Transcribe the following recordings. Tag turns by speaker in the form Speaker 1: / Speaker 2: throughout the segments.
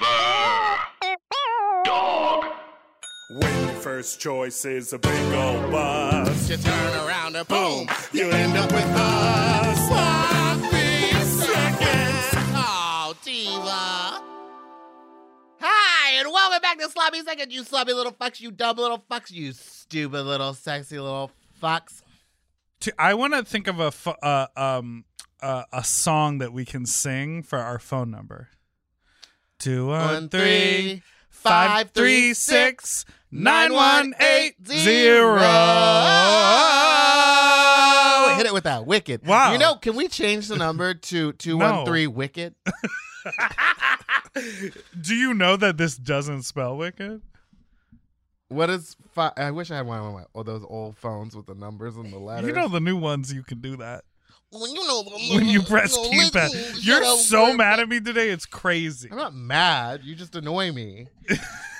Speaker 1: Forever. Dog.
Speaker 2: When your first choice is a big old bus,
Speaker 3: You turn around and boom, you end up with us. Sloppy seconds. Oh, Diva. Hi, and welcome back to Sloppy Seconds, you sloppy little fucks, you dumb little fucks, you stupid little sexy little fucks.
Speaker 4: To, I want to think of a pho- uh, um uh, a song that we can sing for our phone number. Two one three five three six nine one eight zero.
Speaker 3: Oh, Hit it with that wicked.
Speaker 4: Wow.
Speaker 3: You know, can we change the number to 213 wicked?
Speaker 4: Do you know that this doesn't spell wicked?
Speaker 3: What is five? I wish I had one of my, oh, those old phones with the numbers and the letters.
Speaker 4: You know the new ones. You can do that
Speaker 3: when you know
Speaker 4: when you press keypad. You're so mad at me today. It's crazy.
Speaker 3: I'm not mad. You just annoy me.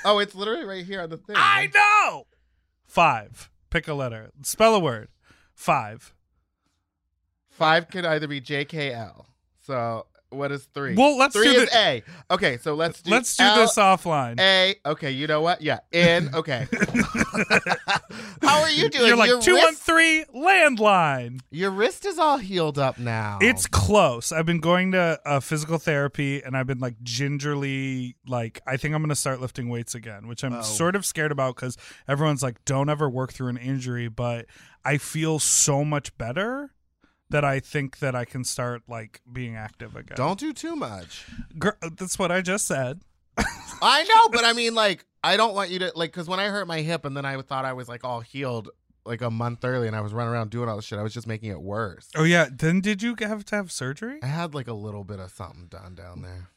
Speaker 3: oh, it's literally right here on the thing.
Speaker 4: I know. Five. Pick a letter. Spell a word. Five.
Speaker 3: Five could either be JKL. So what is three?
Speaker 4: Well, let's
Speaker 3: three
Speaker 4: do
Speaker 3: is
Speaker 4: the-
Speaker 3: A. Okay, so let's do
Speaker 4: Let's do this offline.
Speaker 3: A. Okay, you know what? Yeah, in. Okay. How are you doing?
Speaker 4: You're like
Speaker 3: your
Speaker 4: two one
Speaker 3: wrist,
Speaker 4: three landline.
Speaker 3: Your wrist is all healed up now.
Speaker 4: It's close. I've been going to uh, physical therapy, and I've been like gingerly, like I think I'm going to start lifting weights again, which I'm
Speaker 3: Oh.
Speaker 4: sort of scared about because everyone's like, "Don't ever work through an injury," but I feel so much better that I think that I can start like being active again.
Speaker 3: don't do too much.
Speaker 4: Gir- uh, that's what I just said.
Speaker 3: I know, but I mean, like, I don't want you to like because when I hurt my hip and then I thought I was like all healed like a month early and I was running around doing all this shit, I was just making it worse.
Speaker 4: Oh yeah. Then did you have to have surgery?
Speaker 3: I had like a little bit of something done down there.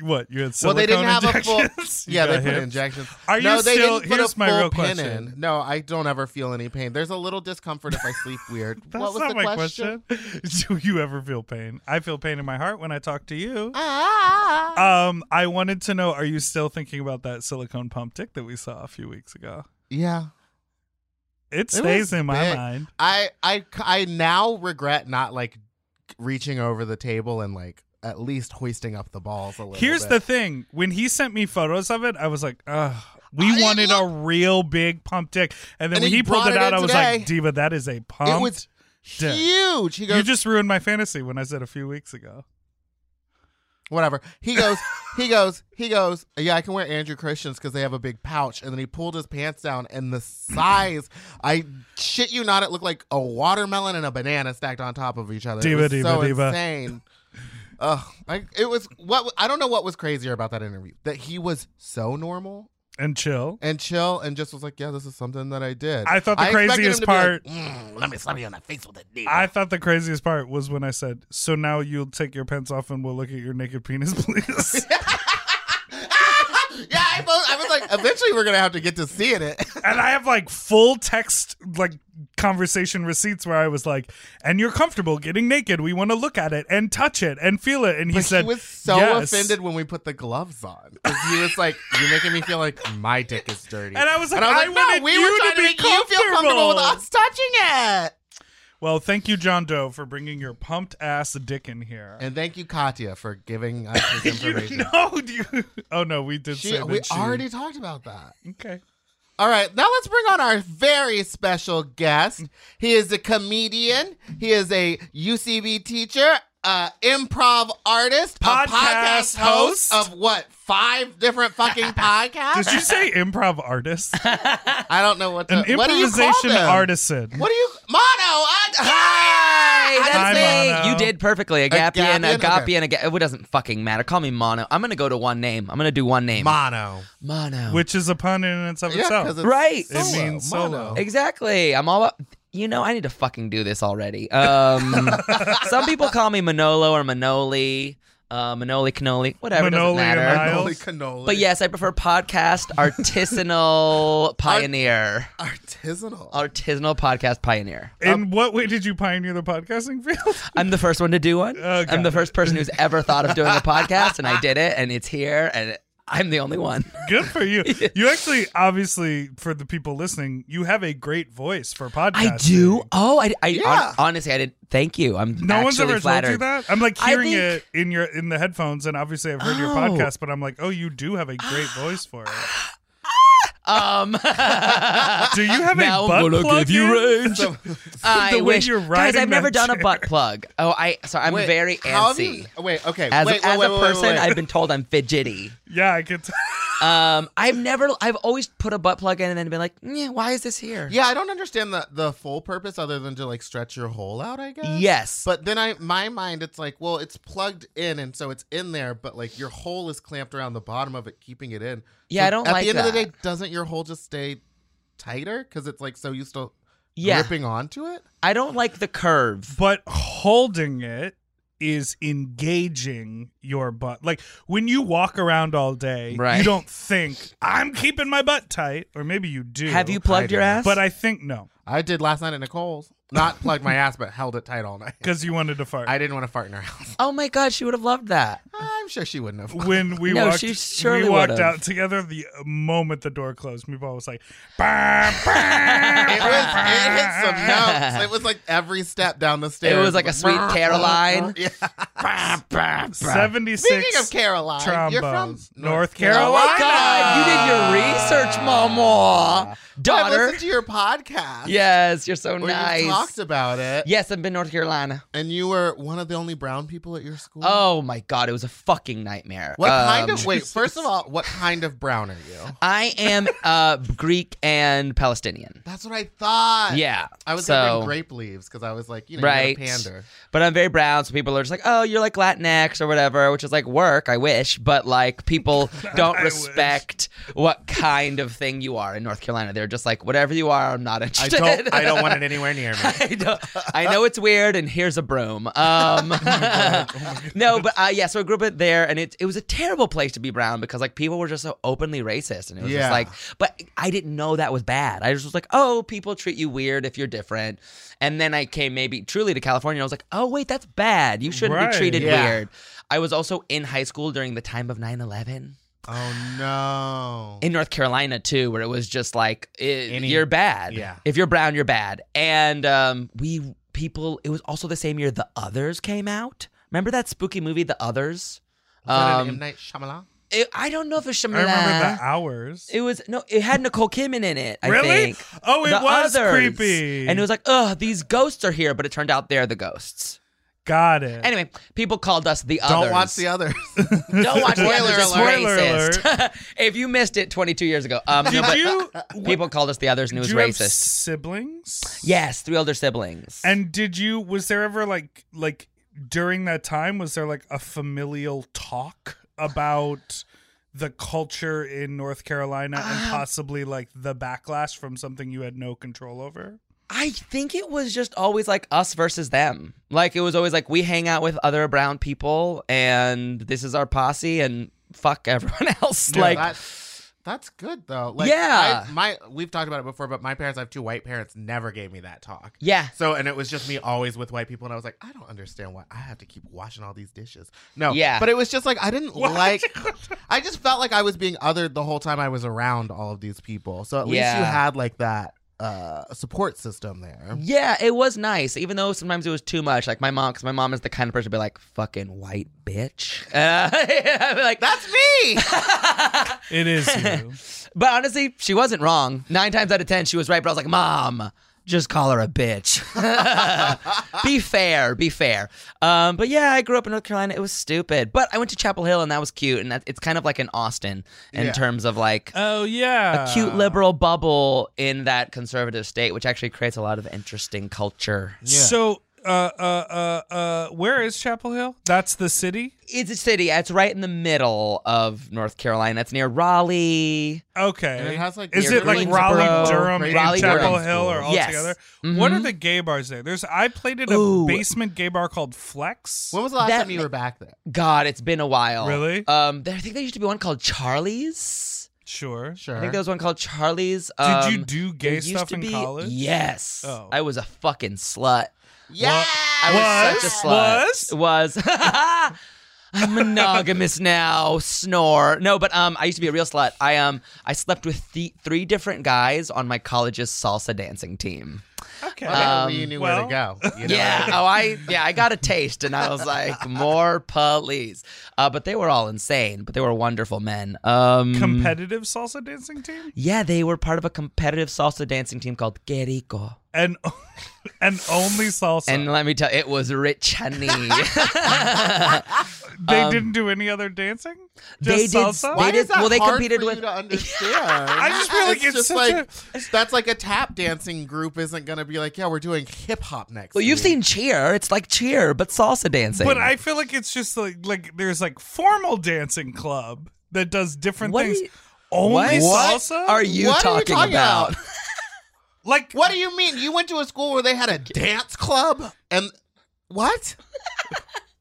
Speaker 4: What you had?
Speaker 3: well, they
Speaker 4: silicone
Speaker 3: didn't have a full.
Speaker 4: injections? You
Speaker 3: Yeah, they
Speaker 4: got
Speaker 3: put
Speaker 4: hips?
Speaker 3: injections.
Speaker 4: Are you
Speaker 3: no, they
Speaker 4: still-
Speaker 3: didn't put
Speaker 4: here's
Speaker 3: a
Speaker 4: my
Speaker 3: full
Speaker 4: real
Speaker 3: pin
Speaker 4: question.
Speaker 3: in. No, I don't ever feel any pain. There's a little discomfort if I sleep weird.
Speaker 4: That's
Speaker 3: what was
Speaker 4: not
Speaker 3: the
Speaker 4: my
Speaker 3: question?
Speaker 4: question. Do you ever feel pain? I feel pain in my heart when I talk to you.
Speaker 3: Ah.
Speaker 4: Um, I wanted to know: Are you still thinking about that silicone pump dick that we saw a few weeks ago?
Speaker 3: yeah.
Speaker 4: It
Speaker 3: It
Speaker 4: stays
Speaker 3: was
Speaker 4: in my
Speaker 3: big.
Speaker 4: mind.
Speaker 3: I I I now regret not like reaching over the table and like at least hoisting up the balls a little.
Speaker 4: Here's
Speaker 3: bit.
Speaker 4: the thing: When he sent me photos of it, I was like, "Ugh." We
Speaker 3: I
Speaker 4: wanted
Speaker 3: look-
Speaker 4: a real big pump dick, and then
Speaker 3: And
Speaker 4: when
Speaker 3: he
Speaker 4: he, pulled
Speaker 3: brought
Speaker 4: it
Speaker 3: it
Speaker 4: out,
Speaker 3: in
Speaker 4: I was
Speaker 3: today.
Speaker 4: like, "Diva, that is a pump."
Speaker 3: It was
Speaker 4: dick.
Speaker 3: huge. He
Speaker 4: you
Speaker 3: goes,
Speaker 4: just ruined my fantasy when I said a few weeks ago.
Speaker 3: whatever. He goes, he goes, he goes. Yeah, I can wear Andrew Christians because they have a big pouch. And then he pulled his pants down, and the size, I shit you not, it looked like a watermelon and a banana stacked on top of each other.
Speaker 4: Diva,
Speaker 3: it was
Speaker 4: diva,
Speaker 3: so
Speaker 4: diva.
Speaker 3: insane. Ugh, I, it was what I don't know what was crazier about that interview that he was so normal
Speaker 4: And chill.
Speaker 3: and chill and just was like, yeah, this is something that I did.
Speaker 4: I thought the
Speaker 3: expected him
Speaker 4: craziest
Speaker 3: to be like,
Speaker 4: part-
Speaker 3: "Mm, let me slap you on the face with a diva.
Speaker 4: I thought the craziest part was when I said, "So now you'll take your pants off and we'll look at your naked penis, please."
Speaker 3: yeah, I, both, I was like, eventually we're gonna have to get to seeing it.
Speaker 4: and I have like full text like conversation receipts where I was like, "And you're comfortable getting naked. We want to look at it and touch it and feel it." And he
Speaker 3: But
Speaker 4: said,
Speaker 3: he was so
Speaker 4: "Yes."
Speaker 3: offended when we put the gloves on. 'Cause He was like, "You're making me feel like my dick is dirty."
Speaker 4: And I was like, "I wanted
Speaker 3: we
Speaker 4: you
Speaker 3: were
Speaker 4: to
Speaker 3: trying to
Speaker 4: be
Speaker 3: make you feel comfortable with
Speaker 4: comfortable."
Speaker 3: us touching it."
Speaker 4: Well, thank you, John Doe, for bringing your pumped ass dick in here.
Speaker 3: And thank you, Katya, for giving us this
Speaker 4: you
Speaker 3: information.
Speaker 4: know, do you? Oh no, we did
Speaker 3: She-
Speaker 4: say that.
Speaker 3: we
Speaker 4: she-
Speaker 3: already talked about that.
Speaker 4: okay.
Speaker 3: All right, now let's bring on our very special guest. He is a comedian. He is a UCB teacher, uh, improv artist,
Speaker 4: Podcast
Speaker 3: a podcast host,
Speaker 4: host.
Speaker 3: of what five different fucking podcasts.
Speaker 4: Did you say improv artist?
Speaker 3: I don't know what to,
Speaker 5: Uh,
Speaker 4: An
Speaker 3: what do you call
Speaker 4: improvisation
Speaker 3: them?
Speaker 4: artisan.
Speaker 3: What do you mono? I,
Speaker 5: Hi,
Speaker 4: Hi,
Speaker 5: that's me.
Speaker 4: Mono.
Speaker 5: You did perfectly. Agapian,
Speaker 3: Agapian,
Speaker 5: Agapian, Agapian. It doesn't fucking matter. Call me Mono. I'm gonna go to one name. I'm gonna do one name.
Speaker 3: mono.
Speaker 5: Mono.
Speaker 4: Which is a pun in and of
Speaker 3: Yeah, 'cause
Speaker 4: itself.
Speaker 3: it's
Speaker 5: Right.
Speaker 3: Solo.
Speaker 4: It means solo.
Speaker 5: exactly. I'm all. About, you know, I need to fucking do this already. Um, some people call me Manolo or Manoli, uh, Manoli Cannoli, whatever.
Speaker 4: Manoli
Speaker 5: doesn't matter.
Speaker 4: and I-
Speaker 3: Holy cannoli.
Speaker 5: But yes, I prefer podcast artisanal pioneer.
Speaker 3: artisanal.
Speaker 5: Artisanal podcast pioneer.
Speaker 4: In what way did you pioneer the podcasting field?
Speaker 5: I'm the first one to do one.
Speaker 4: Oh, got
Speaker 5: I'm the first person who's ever thought of doing a podcast, and I did it, and it's here, and I'm the only one.
Speaker 4: Good for you. You actually, obviously, for the people listening, you have a great voice for podcasting.
Speaker 5: I do. Oh, I, I
Speaker 3: Yeah.
Speaker 5: hon- honestly, I didn't. Thank you. I'm
Speaker 4: No one's
Speaker 5: actually
Speaker 4: ever
Speaker 5: flattered.
Speaker 4: told you that. I'm like
Speaker 5: I
Speaker 4: hearing
Speaker 5: think-
Speaker 4: it in your in the headphones, and obviously I've heard your
Speaker 5: Oh.
Speaker 4: podcast, but I'm like, oh, you do have a great voice for it.
Speaker 5: Um,
Speaker 4: Do you have
Speaker 5: now
Speaker 4: a butt
Speaker 5: I'm gonna
Speaker 4: plug
Speaker 5: give you
Speaker 4: in?
Speaker 5: range. I
Speaker 4: way
Speaker 5: wish,
Speaker 4: you're
Speaker 5: guys.
Speaker 4: riding
Speaker 5: I've never
Speaker 4: that
Speaker 5: done a
Speaker 4: chair.
Speaker 5: butt plug. Oh, I. Sorry, I'm
Speaker 3: Wait,
Speaker 5: very
Speaker 3: how have
Speaker 5: antsy.
Speaker 3: you- wait, okay.
Speaker 5: As,
Speaker 3: wait, wait,
Speaker 5: as
Speaker 3: wait,
Speaker 5: a
Speaker 3: wait,
Speaker 5: person,
Speaker 3: wait, wait.
Speaker 5: I've been told I'm fidgety.
Speaker 4: Yeah, I could. T-
Speaker 5: Um, I've never. I've always put a butt plug in and then been like, "Yeah, why is this here?"
Speaker 3: Yeah, I don't understand the the full purpose other than to like stretch your hole out, I guess.
Speaker 5: Yes.
Speaker 3: But then I my mind it's like, well, it's plugged in and so it's in there, but like your hole is clamped around the bottom of it, keeping it in.
Speaker 5: Yeah,
Speaker 3: So
Speaker 5: I don't
Speaker 3: at
Speaker 5: like
Speaker 3: the end of the
Speaker 5: that.
Speaker 3: day, doesn't your hole just stay tighter? Because it's like so used to
Speaker 5: yeah.
Speaker 3: gripping onto it?
Speaker 5: I don't like the curve.
Speaker 4: but holding it is engaging your butt. Like when you walk around all day, you
Speaker 5: Right.
Speaker 4: don't think I'm keeping my butt tight, or maybe you do.
Speaker 5: Have you plugged
Speaker 3: I
Speaker 5: your
Speaker 3: do.
Speaker 5: ass?
Speaker 4: But I think no,
Speaker 3: I did last night at Nicole's. Not plugged my ass, but held it tight all night.
Speaker 4: because you wanted to fart.
Speaker 3: I didn't want to fart in her house.
Speaker 5: oh my god, she would have loved that.
Speaker 3: I'm sure she wouldn't have.
Speaker 4: when we
Speaker 5: No,
Speaker 4: walked,
Speaker 5: she surely
Speaker 4: we walked
Speaker 5: would've.
Speaker 4: out together. The moment the door closed, Meatball was like, bah, bah,
Speaker 3: It was it hit some notes. It was like every step down the stairs.
Speaker 5: It was like a sweet Caroline.
Speaker 3: Yeah.
Speaker 4: seventy
Speaker 3: Speaking of
Speaker 4: six.
Speaker 3: Caroline, you're from
Speaker 4: trombones. North
Speaker 5: Oh my
Speaker 4: Carolina.
Speaker 5: god, you did your research, Mama,
Speaker 3: I
Speaker 5: daughter.
Speaker 3: listened to your podcast.
Speaker 5: Yes, you're so
Speaker 3: where
Speaker 5: nice.
Speaker 3: you talked about it.
Speaker 5: yes, I've been North Carolina.
Speaker 3: and you were one of the only brown people at your school.
Speaker 5: Oh my god, it was a fucking nightmare.
Speaker 3: what
Speaker 5: Um,
Speaker 3: kind of? Wait, first of all, what kind of brown are you?
Speaker 5: I am uh, Greek and Palestinian.
Speaker 3: That's what I thought.
Speaker 5: Yeah,
Speaker 3: I was
Speaker 5: so,
Speaker 3: gonna bring grape leaves because I was like, you know,
Speaker 5: Right.
Speaker 3: you're a pander.
Speaker 5: but I'm very brown, so people are just like, "Oh, you're like Latinx or whatever," which is like work. I wish, but like people don't
Speaker 4: I wish.
Speaker 5: respect what kind of thing you are in North Carolina. They're just like, "Whatever you are, I'm not
Speaker 3: I
Speaker 5: interested."
Speaker 3: don't. I don't want it anywhere near me.
Speaker 5: I, don't- I know it's weird, and here's a broom. Um,
Speaker 3: Oh
Speaker 5: no, but uh, yeah, so I grew up there, and it it was a terrible place to be brown because like people were just so openly racist, and it was
Speaker 3: Yeah.
Speaker 5: just like, but I didn't know that was bad. I just was like, oh, people treat you weird if you're different, and then I came maybe truly to California, and I was like, oh wait, that's bad. You shouldn't
Speaker 4: Right.
Speaker 5: be treated
Speaker 3: Yeah.
Speaker 5: weird. I was also in high school during the time of 9-11
Speaker 3: Oh no.
Speaker 5: in North Carolina too, where it was just like eh,
Speaker 3: Any-
Speaker 5: you're bad.
Speaker 3: yeah.
Speaker 5: If you're brown, you're bad. And um, we people, it was also the same year The Others came out. Remember that spooky movie, The Others?
Speaker 3: Um,
Speaker 5: Um,
Speaker 3: Night Shyamalan.
Speaker 5: it- I don't know if it's
Speaker 4: I
Speaker 5: Shyamalan.
Speaker 4: remember the hours.
Speaker 5: It was no, it had Nicole Kidman in it. I
Speaker 4: really?
Speaker 5: think.
Speaker 4: Oh, it
Speaker 5: The
Speaker 4: was
Speaker 5: Others.
Speaker 4: creepy.
Speaker 5: And it was like, ugh, these ghosts are here, but it turned out they're the ghosts.
Speaker 4: got it.
Speaker 5: Anyway, people called us the others.
Speaker 3: Don't watch the others.
Speaker 5: Don't watch the
Speaker 3: Spoiler
Speaker 5: others. It's
Speaker 3: alert.
Speaker 4: Spoiler
Speaker 5: racist. if you missed it 22 years ago, um, no,
Speaker 4: did
Speaker 5: but
Speaker 4: you?
Speaker 5: people called us the others, and it
Speaker 4: do
Speaker 5: was
Speaker 4: you
Speaker 5: racist.
Speaker 4: have siblings?
Speaker 5: Yes, three older siblings.
Speaker 4: And did you? Was there ever like like during that time? Was there like a familial talk about? The culture in North Carolina and
Speaker 5: Um,
Speaker 4: possibly like the backlash from something you had no control over.
Speaker 5: I think it was just always like us versus them. Like it was always like we hang out with other brown people and this is our posse and fuck everyone else. like
Speaker 3: that, that's good though. Like,
Speaker 5: Yeah.
Speaker 3: I, my we've talked about it before, but my parents, I have two white parents, never gave me that talk.
Speaker 5: yeah.
Speaker 3: So and it was just me always with white people, and I was like, I don't understand why I have to keep washing all these dishes. No,
Speaker 5: Yeah.
Speaker 3: but it was just like I didn't like. I just felt like I was being othered the whole time I was around all of these people. So at least you
Speaker 5: Yeah.
Speaker 3: had like that uh support system there.
Speaker 5: Yeah, it was nice, even though sometimes it was too much. Like my mom, because my mom is the kind of person to be like, fucking white bitch. Uh, I'd be like,
Speaker 3: That's me.
Speaker 4: It is you.
Speaker 5: But honestly, she wasn't wrong. Nine times out of ten, she was right. But I was like, Mom, just call her a bitch. be fair, be fair. Um, but yeah, I grew up in North Carolina. It was stupid, but I went to Chapel Hill, and that was cute. And that, it's kind of like an Austin in
Speaker 3: Yeah.
Speaker 5: terms of like.
Speaker 4: oh yeah.
Speaker 5: a cute liberal bubble in that conservative state, which actually creates a lot of interesting culture.
Speaker 4: So, uh, uh, uh, uh, where is Chapel Hill? That's the city.
Speaker 5: It's a city. It's right in the middle of North Carolina. It's near Raleigh.
Speaker 4: Okay.
Speaker 3: And it has, like,
Speaker 4: is
Speaker 5: near
Speaker 4: it like
Speaker 5: Greensboro,
Speaker 4: Raleigh, Durham, and
Speaker 5: Raleigh,
Speaker 4: Chapel
Speaker 5: Durham.
Speaker 4: Hill are all
Speaker 5: Yes.
Speaker 4: together?
Speaker 5: Mhm.
Speaker 4: What are the gay bars there? There's I played at a
Speaker 5: Ooh.
Speaker 4: basement gay bar called Flex.
Speaker 3: When was the last
Speaker 5: That
Speaker 3: time you
Speaker 5: ma-
Speaker 3: were back there?
Speaker 5: God, it's been a while.
Speaker 4: Really?
Speaker 5: Um, there, I think there used to be one called Charlie's.
Speaker 4: Sure.
Speaker 3: Sure.
Speaker 5: I think there was one called Charlie's.
Speaker 4: Did
Speaker 5: Um,
Speaker 4: you do
Speaker 5: there
Speaker 4: gay
Speaker 5: used
Speaker 4: stuff
Speaker 5: to
Speaker 4: in
Speaker 5: be-
Speaker 4: college?
Speaker 5: Yes.
Speaker 4: Oh.
Speaker 5: I was a fucking slut.
Speaker 3: yeah.
Speaker 5: I was such a
Speaker 4: Was?
Speaker 5: slut. Was. I'm monogamous now. Snore. No, but um, I used to be a real slut. I um, I slept with th- three different guys on my college's salsa dancing team.
Speaker 4: Okay.
Speaker 5: Um,
Speaker 3: Well, you knew
Speaker 4: well,
Speaker 3: where to go. you know?
Speaker 5: yeah. Oh, I yeah, I got a taste, and I was like, more police. Uh, but they were all insane. But they were wonderful men. Um,
Speaker 4: Competitive salsa dancing team?
Speaker 5: yeah, they were part of a competitive salsa dancing team called Querico.
Speaker 4: And and only salsa.
Speaker 5: And let me tell you, it was rich honey.
Speaker 4: they didn't do any other dancing? Just
Speaker 5: um, they did-
Speaker 4: salsa?
Speaker 5: they
Speaker 3: Why
Speaker 5: did-
Speaker 3: is that
Speaker 5: well, they
Speaker 3: hard
Speaker 5: competed
Speaker 3: for
Speaker 5: with-
Speaker 3: you to understand?
Speaker 4: I just feel like it's such
Speaker 3: like that's like a tap dancing group isn't gonna be like, yeah, we're doing hip hop next.
Speaker 5: well, you've
Speaker 3: week."
Speaker 5: seen Cheer. It's like Cheer, but salsa dancing.
Speaker 4: But I feel like it's just like like there's like formal dancing club that does different
Speaker 5: What
Speaker 4: things.
Speaker 5: do you-
Speaker 4: Only
Speaker 5: what
Speaker 4: salsa?
Speaker 5: are you
Speaker 3: What are you
Speaker 5: talking
Speaker 3: talking
Speaker 5: about?
Speaker 3: about?
Speaker 4: like
Speaker 3: What do you mean? You went to a school where they had a dance club and what?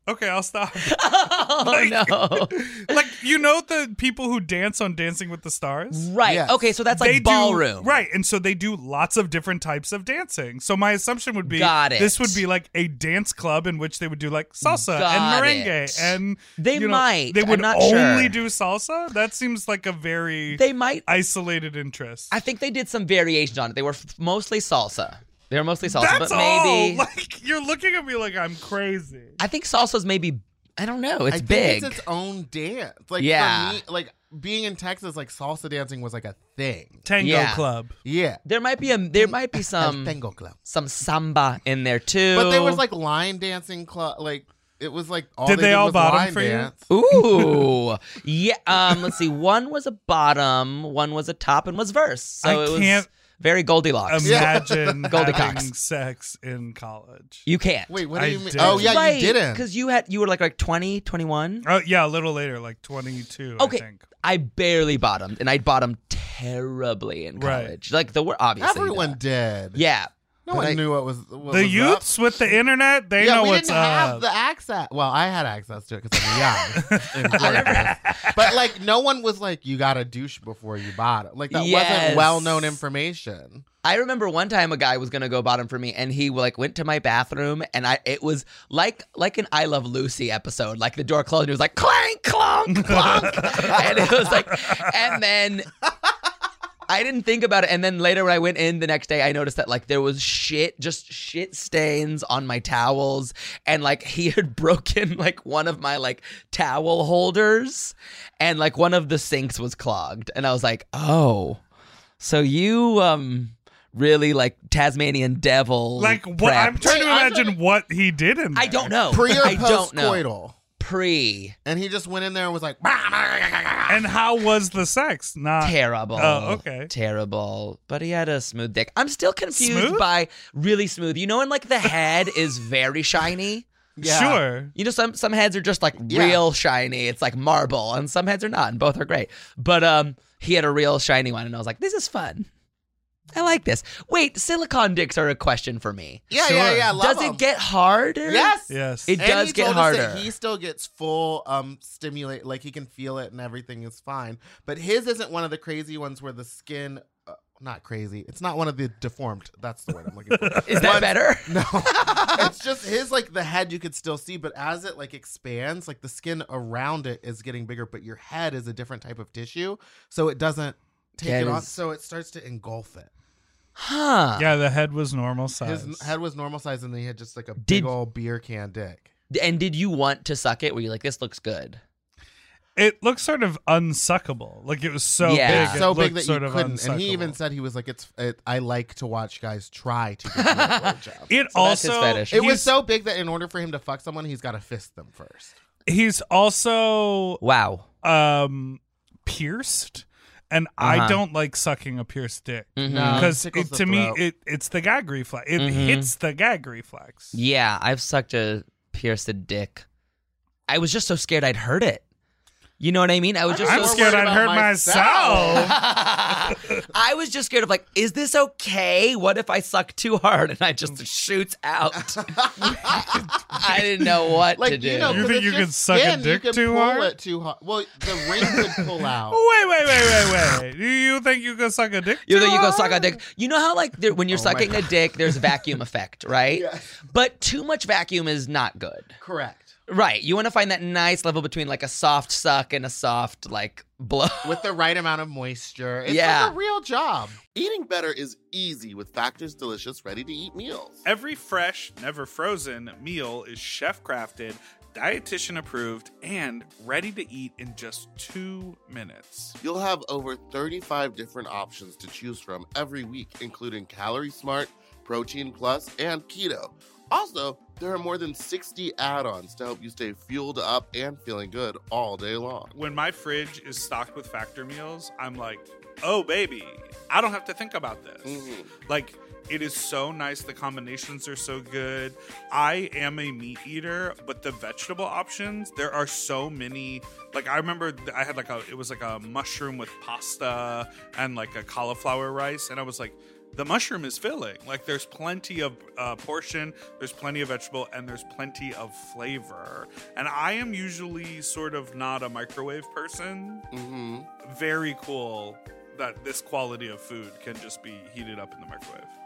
Speaker 4: Okay, I'll stop.
Speaker 5: oh no.
Speaker 4: like you know the people who dance on Dancing with the Stars?
Speaker 5: Right.
Speaker 3: Yes.
Speaker 5: Okay, so that's like
Speaker 4: they
Speaker 5: ballroom.
Speaker 4: Do, right, and so they do lots of different types of dancing. So my assumption would be
Speaker 5: Got it.
Speaker 4: this would be like a dance club in which they would do like salsa
Speaker 5: Got
Speaker 4: and merengue
Speaker 5: it.
Speaker 4: and
Speaker 5: They
Speaker 4: you know,
Speaker 5: might.
Speaker 4: they
Speaker 5: I'm
Speaker 4: would
Speaker 5: not
Speaker 4: only
Speaker 5: sure.
Speaker 4: do salsa? That seems like a very
Speaker 5: They might
Speaker 4: isolated interest.
Speaker 5: I think they did some variations on it. They were f- mostly salsa. They were mostly salsa,
Speaker 4: That's
Speaker 5: but maybe
Speaker 4: all. Like you're looking at me like I'm crazy.
Speaker 5: I think salsa's maybe I don't know. It's
Speaker 3: I think
Speaker 5: big.
Speaker 3: it's its own dance. Like
Speaker 5: Yeah.
Speaker 3: for me, like being in Texas, like salsa dancing was like a thing.
Speaker 4: Tango
Speaker 5: Yeah.
Speaker 4: Club.
Speaker 3: Yeah.
Speaker 5: there might be a there might be
Speaker 3: El
Speaker 5: some
Speaker 3: tango club.
Speaker 5: some samba in there too.
Speaker 3: But there was like line dancing club like it was like all
Speaker 4: Did
Speaker 3: they,
Speaker 4: they all
Speaker 3: was
Speaker 4: bottom
Speaker 3: line
Speaker 4: for you?
Speaker 3: dance.
Speaker 5: ooh yeah. Um, let's see. One was a bottom, one was a top, and was verse. So
Speaker 4: I
Speaker 5: it was
Speaker 4: can't-
Speaker 5: very Goldilocks.
Speaker 4: Imagine
Speaker 5: Goldie
Speaker 4: having
Speaker 5: Cox.
Speaker 4: sex in college.
Speaker 5: You can't.
Speaker 3: Wait, what do
Speaker 4: I
Speaker 3: you mean?
Speaker 4: did.
Speaker 3: Oh yeah,
Speaker 5: right,
Speaker 3: you didn't.
Speaker 5: because you had you were like like 20, 21.
Speaker 4: Oh yeah, a little later, like 22.
Speaker 5: Okay.
Speaker 4: I think.
Speaker 5: I barely bottomed, and I bottomed terribly in
Speaker 4: Right.
Speaker 5: college. Like the word, obviously.
Speaker 3: Everyone
Speaker 5: the-
Speaker 3: did.
Speaker 5: Yeah.
Speaker 3: No one
Speaker 5: But I-
Speaker 3: knew what was what
Speaker 4: The
Speaker 3: was up.
Speaker 4: youths with the internet, they
Speaker 3: yeah,
Speaker 4: know
Speaker 3: we
Speaker 4: what's
Speaker 3: didn't
Speaker 4: up.
Speaker 3: have the access. Well, I had access to it because I'm young. and gorgeous. but like, no one was like, "You got to douche before you bottom." Like that
Speaker 5: Yes.
Speaker 3: wasn't well-known information.
Speaker 5: I remember one time a guy was gonna go bottom for me, and he like went to my bathroom, and I it was like like an I Love Lucy episode. Like the door closed, and it was like clank, clunk, clunk, and it was like, and then. I didn't think about it, and then later when I went in the next day, I noticed that like there was shit, just shit stains on my towels, and like he had broken like one of my like towel holders, and like one of the sinks was clogged, and I was like, oh, so you um really like Tasmanian devil?
Speaker 4: like what? I'm
Speaker 5: prepped.
Speaker 4: trying to
Speaker 3: Wait, I'm
Speaker 4: imagine what he did in. There.
Speaker 5: I don't know.
Speaker 3: Pre or
Speaker 5: Oh, I
Speaker 3: post
Speaker 5: don't know.
Speaker 3: coital,
Speaker 5: Pre
Speaker 3: and he just went in there and was like,
Speaker 4: And how was the sex? Not
Speaker 5: terrible.
Speaker 4: Oh, okay.
Speaker 5: Terrible. But he had a smooth dick. I'm still confused
Speaker 4: Smooth?
Speaker 5: by really smooth. You know, when like the head is very shiny.
Speaker 3: Yeah.
Speaker 4: sure.
Speaker 5: You know, some some heads are just like
Speaker 3: Yeah.
Speaker 5: real shiny. It's like marble, and some heads are not, and both are great. But um, he had a real shiny one, and I was like, this is fun. I like this. Wait, silicon dicks are a question for me.
Speaker 3: "Yeah,
Speaker 4: Sure.
Speaker 3: yeah, yeah." Love
Speaker 5: Does
Speaker 3: him.
Speaker 5: it get harder?
Speaker 3: Yes.
Speaker 4: Yes.
Speaker 5: It
Speaker 3: And
Speaker 5: does
Speaker 3: he
Speaker 5: get
Speaker 3: told us that
Speaker 5: harder.
Speaker 3: he still gets full um stimulate, like he can feel it and everything is fine. But his isn't one of the crazy ones where the skin. Uh, not crazy. It's not one of the deformed. That's the word I'm looking for.
Speaker 5: Is that
Speaker 3: One-
Speaker 5: better?
Speaker 3: No, it's just his like the head you could still see, but as it like expands, like the skin around it is getting bigger, but your head is a different type of tissue, so it doesn't take
Speaker 5: That
Speaker 3: it off,
Speaker 5: is-
Speaker 3: so it starts to engulf it.
Speaker 5: Huh.
Speaker 4: yeah, the head was normal size.
Speaker 3: His n- head was normal size, and then he had just like a
Speaker 5: Did-
Speaker 3: big old beer can dick.
Speaker 5: And did you want to suck it? Were you like, this looks good?
Speaker 4: it looked sort of unsuckable. Like it was so
Speaker 5: Yeah.
Speaker 4: big. it
Speaker 3: so big
Speaker 4: looked
Speaker 3: that
Speaker 4: sort
Speaker 3: you
Speaker 4: of
Speaker 3: couldn't. And he even
Speaker 4: unsuckable.
Speaker 3: said he was like, "It's it, I like to watch guys try to." Get me a blowjob."
Speaker 4: It
Speaker 5: So that's
Speaker 4: also
Speaker 5: his fetish.
Speaker 3: It
Speaker 4: he's-
Speaker 3: was so big that in order for him to fuck someone, he's got to fist them first.
Speaker 4: he's also
Speaker 5: Wow.
Speaker 4: um pierced and
Speaker 5: Uh-huh.
Speaker 4: I don't like sucking a pierced dick
Speaker 3: No, Mm-hmm. it
Speaker 4: because
Speaker 3: tickles
Speaker 4: it-
Speaker 3: the
Speaker 4: to me
Speaker 3: throat. Mm-hmm.
Speaker 4: it it's the gag reflex. It
Speaker 5: Mhm.
Speaker 4: hits the gag reflex.
Speaker 5: Yeah, I've sucked a pierced dick. I was just so scared I'd hurt it. You know what I mean? I was just
Speaker 4: I'm
Speaker 5: so
Speaker 4: scared
Speaker 3: worried
Speaker 4: I'd hurt
Speaker 3: about myself.
Speaker 4: myself.
Speaker 5: I was just scared of like, is this okay? What if I suck too hard and I
Speaker 3: Mm.
Speaker 5: just shoots out? I didn't know what to
Speaker 3: Like
Speaker 5: do.
Speaker 3: you know,
Speaker 4: You
Speaker 3: 'cause
Speaker 4: think
Speaker 3: it's
Speaker 4: you
Speaker 3: just
Speaker 4: could suck a
Speaker 3: skin, you
Speaker 4: dick
Speaker 3: could
Speaker 4: too
Speaker 3: pull
Speaker 4: hard?
Speaker 3: It too hard. Well, the ring could pull out.
Speaker 4: Wait, Oh, wait, wait, wait, wait. Do you think you could suck a dick?
Speaker 5: You
Speaker 4: too
Speaker 5: think you go
Speaker 4: hard?
Speaker 5: suck a dick? You know how like there, when you're
Speaker 3: Oh my
Speaker 5: sucking a dick, there's a vacuum effect, right? But too much vacuum is not good,
Speaker 3: Correct.
Speaker 5: Right. You want to find that nice level between like a soft suck and a soft like blow.
Speaker 6: with the right amount of moisture. It's
Speaker 5: Yeah.
Speaker 6: like a real job.
Speaker 3: Eating better is easy with Factor's delicious, ready to eat meals.
Speaker 4: Every fresh, never frozen meal is chef crafted, dietitian approved, and ready to eat in just two minutes.
Speaker 3: You'll have over 35 different options to choose from every week, including Calorie Smart, Protein Plus, and Keto. Also, there are more than 60 add ons to help you stay fueled up and feeling good all day long.
Speaker 4: When my fridge is stocked with factor meals, I'm like, oh, baby, I don't have to think about this.
Speaker 3: Mhm.
Speaker 4: Like, it is so nice. The combinations are so good. I am a meat eater, but the vegetable options, there are so many. Like, I remember th- I had like a, it was like a mushroom with pasta and like a cauliflower rice. And I was like, the mushroom is filling. Like, there's plenty of uh, portion, there's plenty of vegetable, and there's plenty of flavor. And I am usually sort of not a microwave person.
Speaker 3: hmm
Speaker 4: Very cool that this quality of food can just be heated up in the microwave.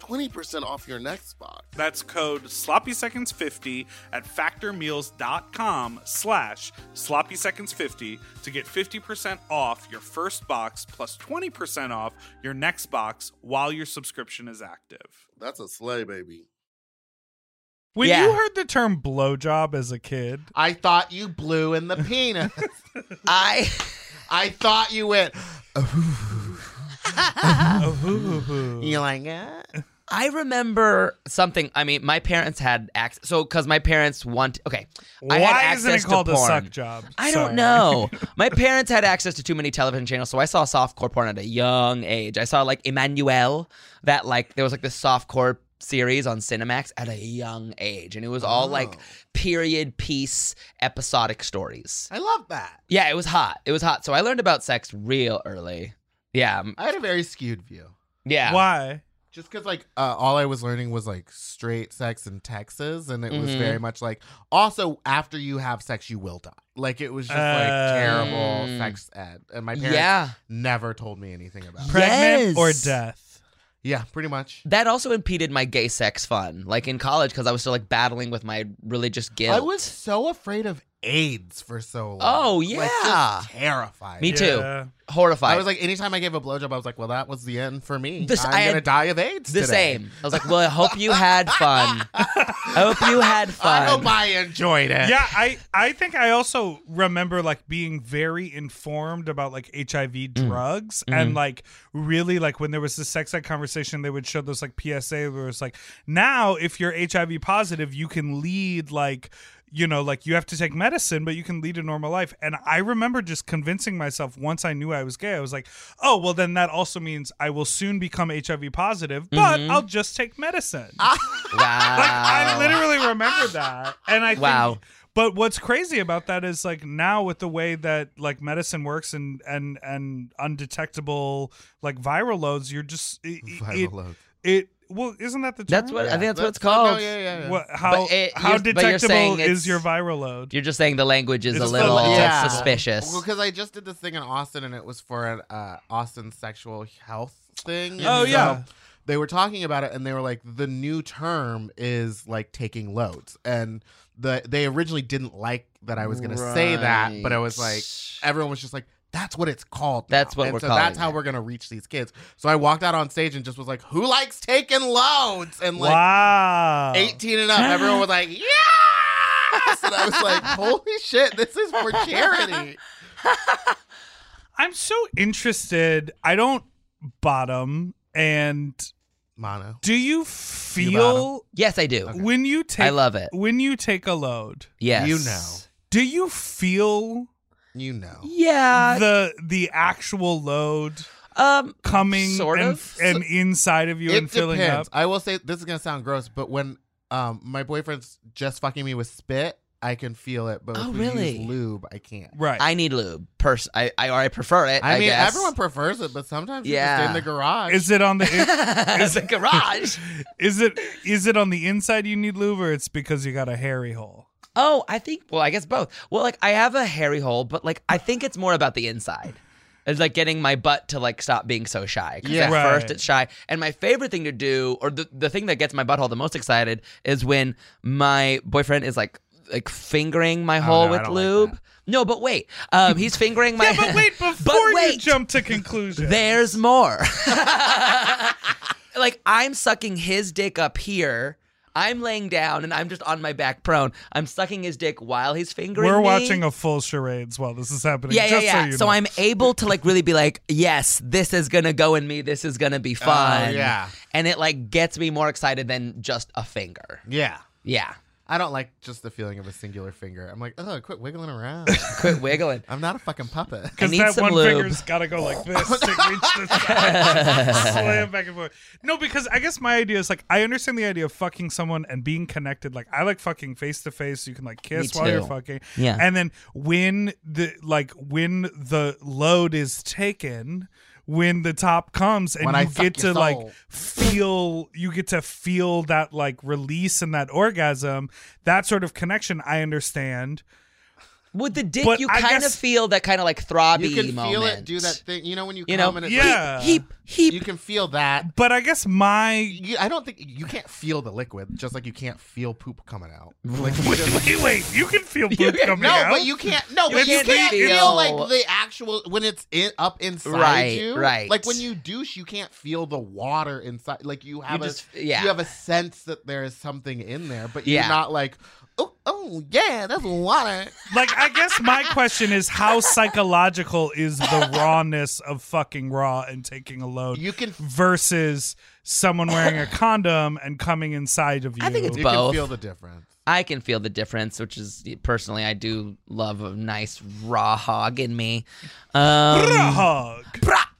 Speaker 3: 20% off your next box.
Speaker 4: That's code sloppyseconds50 at factormeals.com slash sloppyseconds50 to get 50% off your first box plus 20% off your next box while your subscription is active.
Speaker 3: That's a sleigh, baby.
Speaker 7: When
Speaker 5: Yeah.
Speaker 7: you heard the term blowjob as a kid,
Speaker 6: I thought you blew in the penis.
Speaker 5: I
Speaker 6: I thought you went. You're like, eh?
Speaker 5: I remember something. I mean, my parents had access. So, because my parents want. Okay, I had
Speaker 7: why isn't it
Speaker 5: access to
Speaker 7: called a
Speaker 5: porn.
Speaker 7: suck job?
Speaker 5: I
Speaker 7: Sorry.
Speaker 5: don't know. My parents had access to too many television channels, so I saw softcore porn at a young age. I saw like Emmanuel, that like there was like this softcore series on Cinemax at a young age, and it was all like
Speaker 6: Oh.
Speaker 3: Oh.
Speaker 5: period piece episodic stories.
Speaker 6: I love that.
Speaker 5: Yeah, it was hot. It was hot. So I learned about sex real early. Yeah, m-
Speaker 6: I had a very skewed view.
Speaker 5: yeah.
Speaker 7: Why?
Speaker 6: Just because, like, uh, all I was learning was like straight sex in Texas, and it was
Speaker 5: Mhm.
Speaker 6: very much like. Also, after you have sex, you will die. Like, it was just like
Speaker 7: Uh,
Speaker 6: terrible
Speaker 5: Mm.
Speaker 6: sex ed, and my parents
Speaker 5: Yeah,
Speaker 6: never told me anything about it.
Speaker 7: Pregnant or
Speaker 5: Yes.
Speaker 7: death?
Speaker 6: Yeah, pretty much.
Speaker 5: that also impeded my gay sex fun, like in college, because I was still like battling with my religious guilt.
Speaker 6: I was so afraid of AIDS for so long.
Speaker 5: Oh,
Speaker 6: like,
Speaker 5: yeah.
Speaker 6: just terrified.
Speaker 5: Me too.
Speaker 7: Yeah.
Speaker 5: horrified.
Speaker 6: I was like, anytime I gave a blowjob, I was like, well, that was the end for me.
Speaker 5: This-
Speaker 6: I'm
Speaker 5: I had-
Speaker 6: gonna die of AIDS.
Speaker 5: the
Speaker 6: today.
Speaker 5: same. I was like, well, I hope you had fun. I hope you had fun.
Speaker 6: I hope I enjoyed it.
Speaker 7: yeah i i think i also remember like being very informed about like hiv drugs and like really like when there was the sex ed conversation they would show those like psa where it's like now if you're hiv positive you can lead like you know like you have to take medicine but you can lead a normal life and i remember just convincing myself once i knew i was gay i was like oh well then that also means i will soon become hiv positive but i'll just take medicine
Speaker 5: wow.
Speaker 7: like I literally remember that, and I think,
Speaker 5: Wow.
Speaker 7: But what's crazy about that is like now with the way that like medicine works and and and undetectable like viral loads, you're just it,
Speaker 6: Viral
Speaker 7: it,
Speaker 6: load.
Speaker 7: it- well isn't that the term?
Speaker 5: That's what I think. That's, what it's
Speaker 6: That's- no,
Speaker 5: called.
Speaker 6: yeah, yeah, yeah.
Speaker 7: What- how
Speaker 5: But it-
Speaker 7: how
Speaker 5: you're- but you're saying
Speaker 7: detectable is
Speaker 5: it's-
Speaker 7: your viral load?
Speaker 5: You're just saying the language is
Speaker 7: It's
Speaker 5: a little
Speaker 7: full-
Speaker 6: yeah.
Speaker 5: suspicious.
Speaker 6: Well, because I just did this thing in Austin, and it was for an uh, Austin sexual health thing.
Speaker 7: Oh,
Speaker 6: and so
Speaker 7: yeah.
Speaker 6: They were talking about it, and they were like, "The new term is like taking loads," and
Speaker 3: the they originally didn't like that I was going to say that, but I was like, everyone was just like, that's what it's called. now."
Speaker 5: That's what
Speaker 3: and
Speaker 5: we're
Speaker 3: so
Speaker 5: calling
Speaker 3: That's how
Speaker 5: it.
Speaker 3: we're going to reach these kids. So I walked out on stage and just was like, who likes taking loads? And like
Speaker 4: wow.
Speaker 3: 18 and up, everyone was like, yes. And I was like, holy shit, this is for charity.
Speaker 4: I'm so interested. I don't bottom. And
Speaker 3: Mono.
Speaker 4: do you feel
Speaker 5: yes, I do.
Speaker 4: when you take
Speaker 5: I love it.
Speaker 4: when you take a load?
Speaker 5: Yes,
Speaker 3: You know.
Speaker 4: Do you feel
Speaker 3: You know.
Speaker 5: Yeah.
Speaker 4: the the actual load
Speaker 5: um.
Speaker 4: coming
Speaker 5: Sort
Speaker 4: and,
Speaker 5: of.
Speaker 4: and inside of you and filling up?
Speaker 3: I will say this is gonna sound gross, but when um my boyfriend's just fucking me with spit, I can feel it. But
Speaker 5: Oh,
Speaker 3: if
Speaker 5: really?
Speaker 3: we use lube, I can't.
Speaker 4: Right.
Speaker 5: I need lube. Pers- I, I, or I prefer it.
Speaker 3: I, mean,
Speaker 5: guess.
Speaker 3: everyone prefers it, but sometimes
Speaker 5: Yeah.
Speaker 3: you're just in the garage.
Speaker 4: is it on the in-
Speaker 5: It's a garage.
Speaker 4: is it is it on the inside you need lube or it's because you got a hairy hole?
Speaker 5: Oh, I think. Well, I guess both. Well, like I have a hairy hole, but like I think it's more about the inside. It's like getting my butt to like stop being so shy. 'Cause
Speaker 3: Yeah.
Speaker 5: At
Speaker 4: Right.
Speaker 5: first, it's shy. And my favorite thing to do, or the, the thing that gets my butthole the most excited, is when my boyfriend is like like fingering my hole
Speaker 3: no, I
Speaker 5: with
Speaker 3: don't like
Speaker 5: lube. no, but wait. Um, he's fingering my.
Speaker 4: Yeah, but wait, before you
Speaker 5: wait.
Speaker 4: jump to conclusion.
Speaker 5: There's more. like I'm sucking his dick up here. I'm laying down and I'm just on my back prone. I'm sucking his dick while he's fingering
Speaker 4: We're
Speaker 5: me.
Speaker 4: watching a full charades while this is happening.
Speaker 5: yeah, yeah,
Speaker 4: just
Speaker 5: yeah.
Speaker 4: So,
Speaker 5: So,
Speaker 4: you know.
Speaker 5: I'm able to like really be like, yes, this is gonna go in me. This is gonna be
Speaker 4: Oh,
Speaker 5: fun.
Speaker 3: yeah.
Speaker 5: And it like gets me more excited than just a finger.
Speaker 3: yeah.
Speaker 5: Yeah.
Speaker 3: I don't like just the feeling of a singular finger. I'm like, oh, quit wiggling around.
Speaker 5: Quit wiggling.
Speaker 3: I'm not a fucking puppet.
Speaker 5: I
Speaker 4: Because
Speaker 5: need
Speaker 4: that
Speaker 5: some
Speaker 2: one
Speaker 5: lube.
Speaker 2: finger's got to go like this to reach the side. slam back and forth.
Speaker 4: No, because I guess my idea is like I understand the idea of fucking someone and being connected. Like I like fucking face to face. You can like kiss while you're
Speaker 5: too.
Speaker 4: fucking.
Speaker 5: Yeah.
Speaker 4: And then when the like when the load is taken, when the top comes and
Speaker 3: When I
Speaker 4: you
Speaker 3: suck
Speaker 4: get to
Speaker 3: your
Speaker 4: like
Speaker 3: soul.
Speaker 4: feel you get to feel that like release and that orgasm, that sort of connection I understand.
Speaker 5: With the dick
Speaker 4: But
Speaker 5: you
Speaker 4: I
Speaker 5: kind of
Speaker 4: guess-
Speaker 5: feel that kind of like throbby
Speaker 3: You can
Speaker 5: moment.
Speaker 3: feel it do that thing. You know when you,
Speaker 5: You know?
Speaker 3: come and it,
Speaker 4: Yeah.
Speaker 5: Heap, heap.
Speaker 3: you can feel that.
Speaker 4: But I guess my
Speaker 3: You, I don't think you can't feel the liquid, just like you can't feel poop coming out. Like you just-
Speaker 4: wait, wait, you can feel poop coming
Speaker 3: No,
Speaker 4: out.
Speaker 3: but you can't. No, but you
Speaker 5: can't
Speaker 3: can't
Speaker 5: feel-
Speaker 3: feel, like the actual when it's in, up inside
Speaker 5: Right,
Speaker 3: you.
Speaker 5: right.
Speaker 3: Like when you douche, you can't feel the water inside. Like you have
Speaker 5: You
Speaker 3: a
Speaker 5: just- yeah.
Speaker 3: you have a sense that there is something in there, but
Speaker 5: Yeah.
Speaker 3: you're not like oh oh yeah, that's water.
Speaker 4: like I guess my question is how psychological is the rawness of fucking raw and taking a load
Speaker 3: You can
Speaker 4: versus someone wearing a condom and coming inside of you.
Speaker 5: I think it's
Speaker 3: you
Speaker 5: both.
Speaker 3: can feel the difference.
Speaker 5: I can feel the difference, which is personally, I do love a nice raw hog in me. Um,
Speaker 4: hog.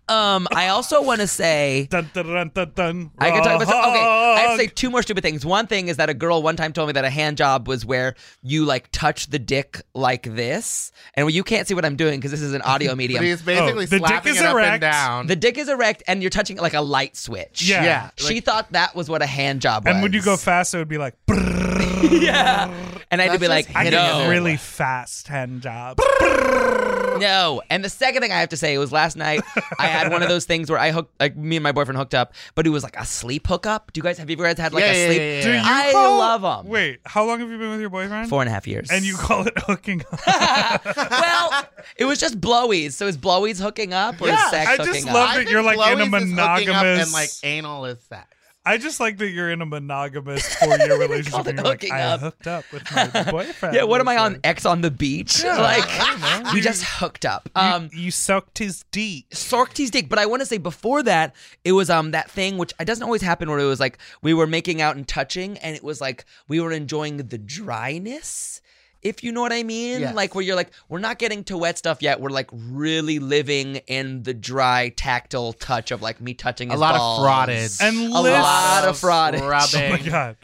Speaker 5: um I also want to say.
Speaker 4: Dun, dun, dun, dun, dun.
Speaker 5: I can talk about
Speaker 4: Raw
Speaker 5: okay. I have to say
Speaker 4: hog.
Speaker 5: two more stupid things. One thing is that a girl one time told me that a hand job was where you like touch the dick like this, and you can't see what I'm doing because this is an audio
Speaker 3: But
Speaker 5: medium.
Speaker 3: he's basically
Speaker 4: Oh, the dick
Speaker 3: slapping
Speaker 4: is
Speaker 3: it up
Speaker 4: erect.
Speaker 3: and down.
Speaker 5: The dick is erect, and you're touching it like a light switch.
Speaker 4: Yeah.
Speaker 3: yeah,
Speaker 5: she thought that was what a hand job was.
Speaker 4: And when you go fast, it would be like, brrrr.
Speaker 5: yeah, and I'd
Speaker 3: That's
Speaker 5: be like,
Speaker 3: just
Speaker 4: I
Speaker 3: hitting
Speaker 5: no,
Speaker 4: get really fast hand job.
Speaker 5: No. And the second thing I have to say was last night I had one of those things where I hooked, like me and my boyfriend hooked up, but it was like a sleep hookup. Do you guys have you guys had like
Speaker 3: yeah,
Speaker 5: a
Speaker 3: yeah,
Speaker 5: sleep?
Speaker 3: yeah, yeah,
Speaker 4: Do
Speaker 3: yeah.
Speaker 4: you
Speaker 5: I
Speaker 4: call-
Speaker 5: love 'em.
Speaker 4: Wait, how long have you been with your boyfriend?
Speaker 5: Four and a half years.
Speaker 4: And you call it hooking up.
Speaker 5: well, it was just blowies. So is blowies hooking up or
Speaker 3: Yeah,
Speaker 5: is sex
Speaker 4: I
Speaker 5: hooking
Speaker 4: just
Speaker 5: up?
Speaker 4: love
Speaker 3: I
Speaker 4: that
Speaker 3: think
Speaker 4: you're, like, in a
Speaker 3: Chloe's is hooking up
Speaker 4: monogamous-
Speaker 3: and like anal is sex.
Speaker 4: I just like that you're in a monogamous four year relationship.
Speaker 5: Called it
Speaker 4: and you're like,
Speaker 5: hooking
Speaker 4: I
Speaker 5: up.
Speaker 4: hooked up with my boyfriend.
Speaker 5: yeah, what am I
Speaker 4: It's
Speaker 5: on?
Speaker 4: like,
Speaker 5: X on the beach? like we just hooked up. Um
Speaker 4: you sucked his D.
Speaker 5: Sorkty's dick. But I want to say before that, it was um that thing which it doesn't always happen where it was like we were making out and touching, and it was like we were enjoying the dryness. If you know what I mean,
Speaker 3: Yes.
Speaker 5: like where you're like, we're not getting to wet stuff yet. We're like really living in the dry, tactile touch of like me touching
Speaker 3: A
Speaker 5: his
Speaker 3: lot
Speaker 5: balls.
Speaker 3: of fraudage.
Speaker 4: And
Speaker 5: a
Speaker 4: list-
Speaker 5: lot of fraudage.
Speaker 4: Oh my
Speaker 3: Rubbing.
Speaker 4: god.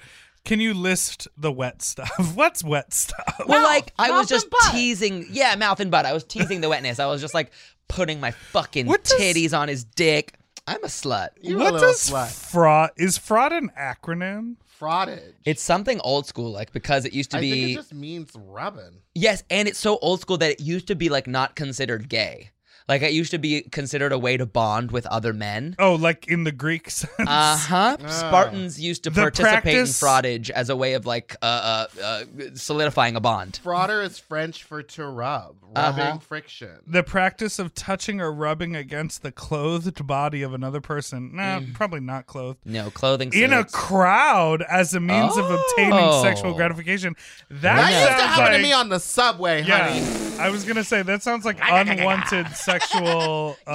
Speaker 4: Can you list the wet stuff? What's wet stuff?
Speaker 5: Well, like I was
Speaker 3: mouth and
Speaker 5: just
Speaker 3: butt.
Speaker 5: teasing, yeah, mouth and butt. I was teasing the wetness. I was just like putting my fucking
Speaker 4: What does-
Speaker 5: titties on his dick. I'm a slut.
Speaker 3: You're a
Speaker 4: what
Speaker 3: little
Speaker 4: does
Speaker 3: slut.
Speaker 4: fraud is fraud an acronym?
Speaker 3: Fraudage.
Speaker 5: It's something old school, like because it used to
Speaker 3: I
Speaker 5: be.
Speaker 3: think it just means rubbing.
Speaker 5: Yes, and it's so old school that it used to be like not considered gay. Like it used to be considered a way to bond with other men.
Speaker 4: Oh, like in the Greek sense.
Speaker 5: Uh huh.
Speaker 3: Ah.
Speaker 5: Spartans used to
Speaker 4: The
Speaker 5: participate
Speaker 4: practice-
Speaker 5: in fraudage as a way of like uh, uh, uh, solidifying a bond.
Speaker 3: Frauder is French for to rub,
Speaker 5: Uh-huh.
Speaker 3: rubbing friction.
Speaker 4: the practice of touching or rubbing against the clothed body of another person. Nah,
Speaker 5: Mm.
Speaker 4: probably not clothed.
Speaker 5: No clothing.
Speaker 4: In a
Speaker 5: suits.
Speaker 4: crowd as a means of obtaining sexual
Speaker 5: Oh.
Speaker 4: gratification. That,
Speaker 3: That used to
Speaker 4: sounds
Speaker 3: happen
Speaker 4: like,
Speaker 3: to me on the subway, honey.
Speaker 4: Yeah, I was gonna say that sounds like unwanted sexual uh,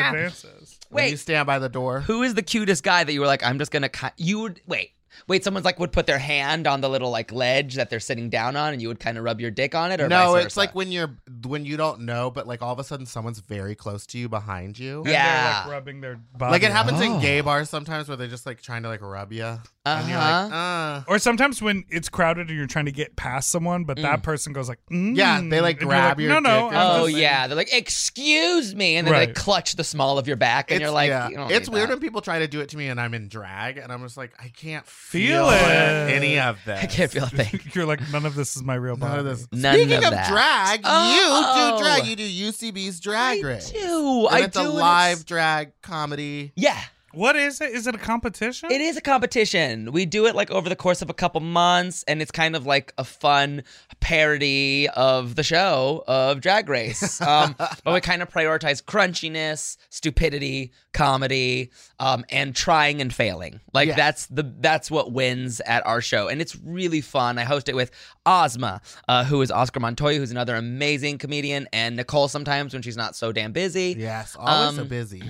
Speaker 4: advances.
Speaker 3: When you
Speaker 5: wait.
Speaker 3: stand by the door.
Speaker 5: Who is the cutest guy that you were like? I'm just gonna ki You would wait. Wait, someone's like would put their hand on the little like ledge that they're sitting down on, and you would kind of rub your dick on it, or
Speaker 3: No,
Speaker 5: vice
Speaker 3: it's
Speaker 5: versa?
Speaker 3: like when you're when you don't know, but like all of a sudden someone's very close to you behind you.
Speaker 5: Yeah.
Speaker 4: And they're, like rubbing their body.
Speaker 3: Like it happens
Speaker 5: Oh.
Speaker 3: in gay bars sometimes where they're just like trying to like rub you, and you're
Speaker 5: Uh-huh.
Speaker 3: like, uh.
Speaker 4: Or sometimes when it's crowded and you're trying to get past someone, but that person goes like, mm,
Speaker 3: Yeah, they, like,
Speaker 4: and you're
Speaker 3: grab your
Speaker 4: no, no.
Speaker 3: dick or
Speaker 4: I'm
Speaker 5: Oh
Speaker 4: just-
Speaker 3: something.
Speaker 5: yeah, they're like, "Excuse me," and then they
Speaker 4: Right.
Speaker 5: clutch the small of your back, and
Speaker 3: It's-
Speaker 5: you're like,
Speaker 3: yeah.
Speaker 5: "You don't
Speaker 3: it's
Speaker 5: need
Speaker 3: weird
Speaker 5: that."
Speaker 3: when people try to do it to me and I'm in drag, and I'm just like, I can't
Speaker 4: Feel
Speaker 3: feel,
Speaker 4: it.
Speaker 3: any of this.
Speaker 5: I can't feel a thing.
Speaker 4: You're like, none of this is my real body.
Speaker 3: None of this.
Speaker 5: None
Speaker 3: Speaking
Speaker 5: of
Speaker 3: of,
Speaker 5: that.
Speaker 3: drag,
Speaker 5: Oh.
Speaker 3: you do drag. You do UCB's drag race.
Speaker 5: I do.
Speaker 3: And
Speaker 5: I
Speaker 3: it's
Speaker 5: do.
Speaker 3: a
Speaker 5: and
Speaker 3: live
Speaker 5: it's-
Speaker 3: drag comedy.
Speaker 5: Yeah,
Speaker 4: What is it? Is it a competition?
Speaker 5: it is a competition. We do it like over the course of a couple months, and it's kind of like a fun parody of the show of Drag Race. Um, but we kind of prioritize crunchiness, stupidity, comedy, um, and trying and failing. Like
Speaker 3: Yeah.
Speaker 5: that's the that's what wins at our show, and it's really fun. I host it with Ozma, uh, who is Oscar Montoya, who's another amazing comedian, and Nicole sometimes when she's not so damn busy.
Speaker 3: Yes, always so
Speaker 5: Um,
Speaker 3: busy.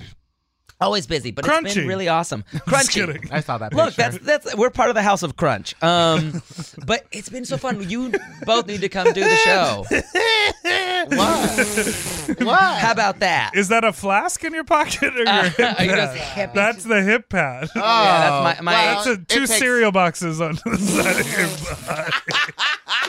Speaker 5: Always busy, but it's
Speaker 4: Crunchy.
Speaker 5: been really awesome.
Speaker 4: Just
Speaker 5: Crunchy.
Speaker 4: kidding.
Speaker 3: I saw that.
Speaker 5: Look,
Speaker 3: picture.
Speaker 5: that's that's we're part of the House of Crunch. Um, but it's been so fun. You both need to come do the show.
Speaker 3: what? what?
Speaker 5: How about that?
Speaker 4: Is that a flask in your pocket or your
Speaker 5: Uh,
Speaker 4: hip
Speaker 5: you just
Speaker 4: pad?
Speaker 5: hip-
Speaker 4: That's the hip pad.
Speaker 3: Oh,
Speaker 5: Yeah, that's my- my-
Speaker 3: well,
Speaker 4: That's a,
Speaker 3: Uh, it
Speaker 4: two
Speaker 3: takes-
Speaker 4: cereal boxes on the side of your body.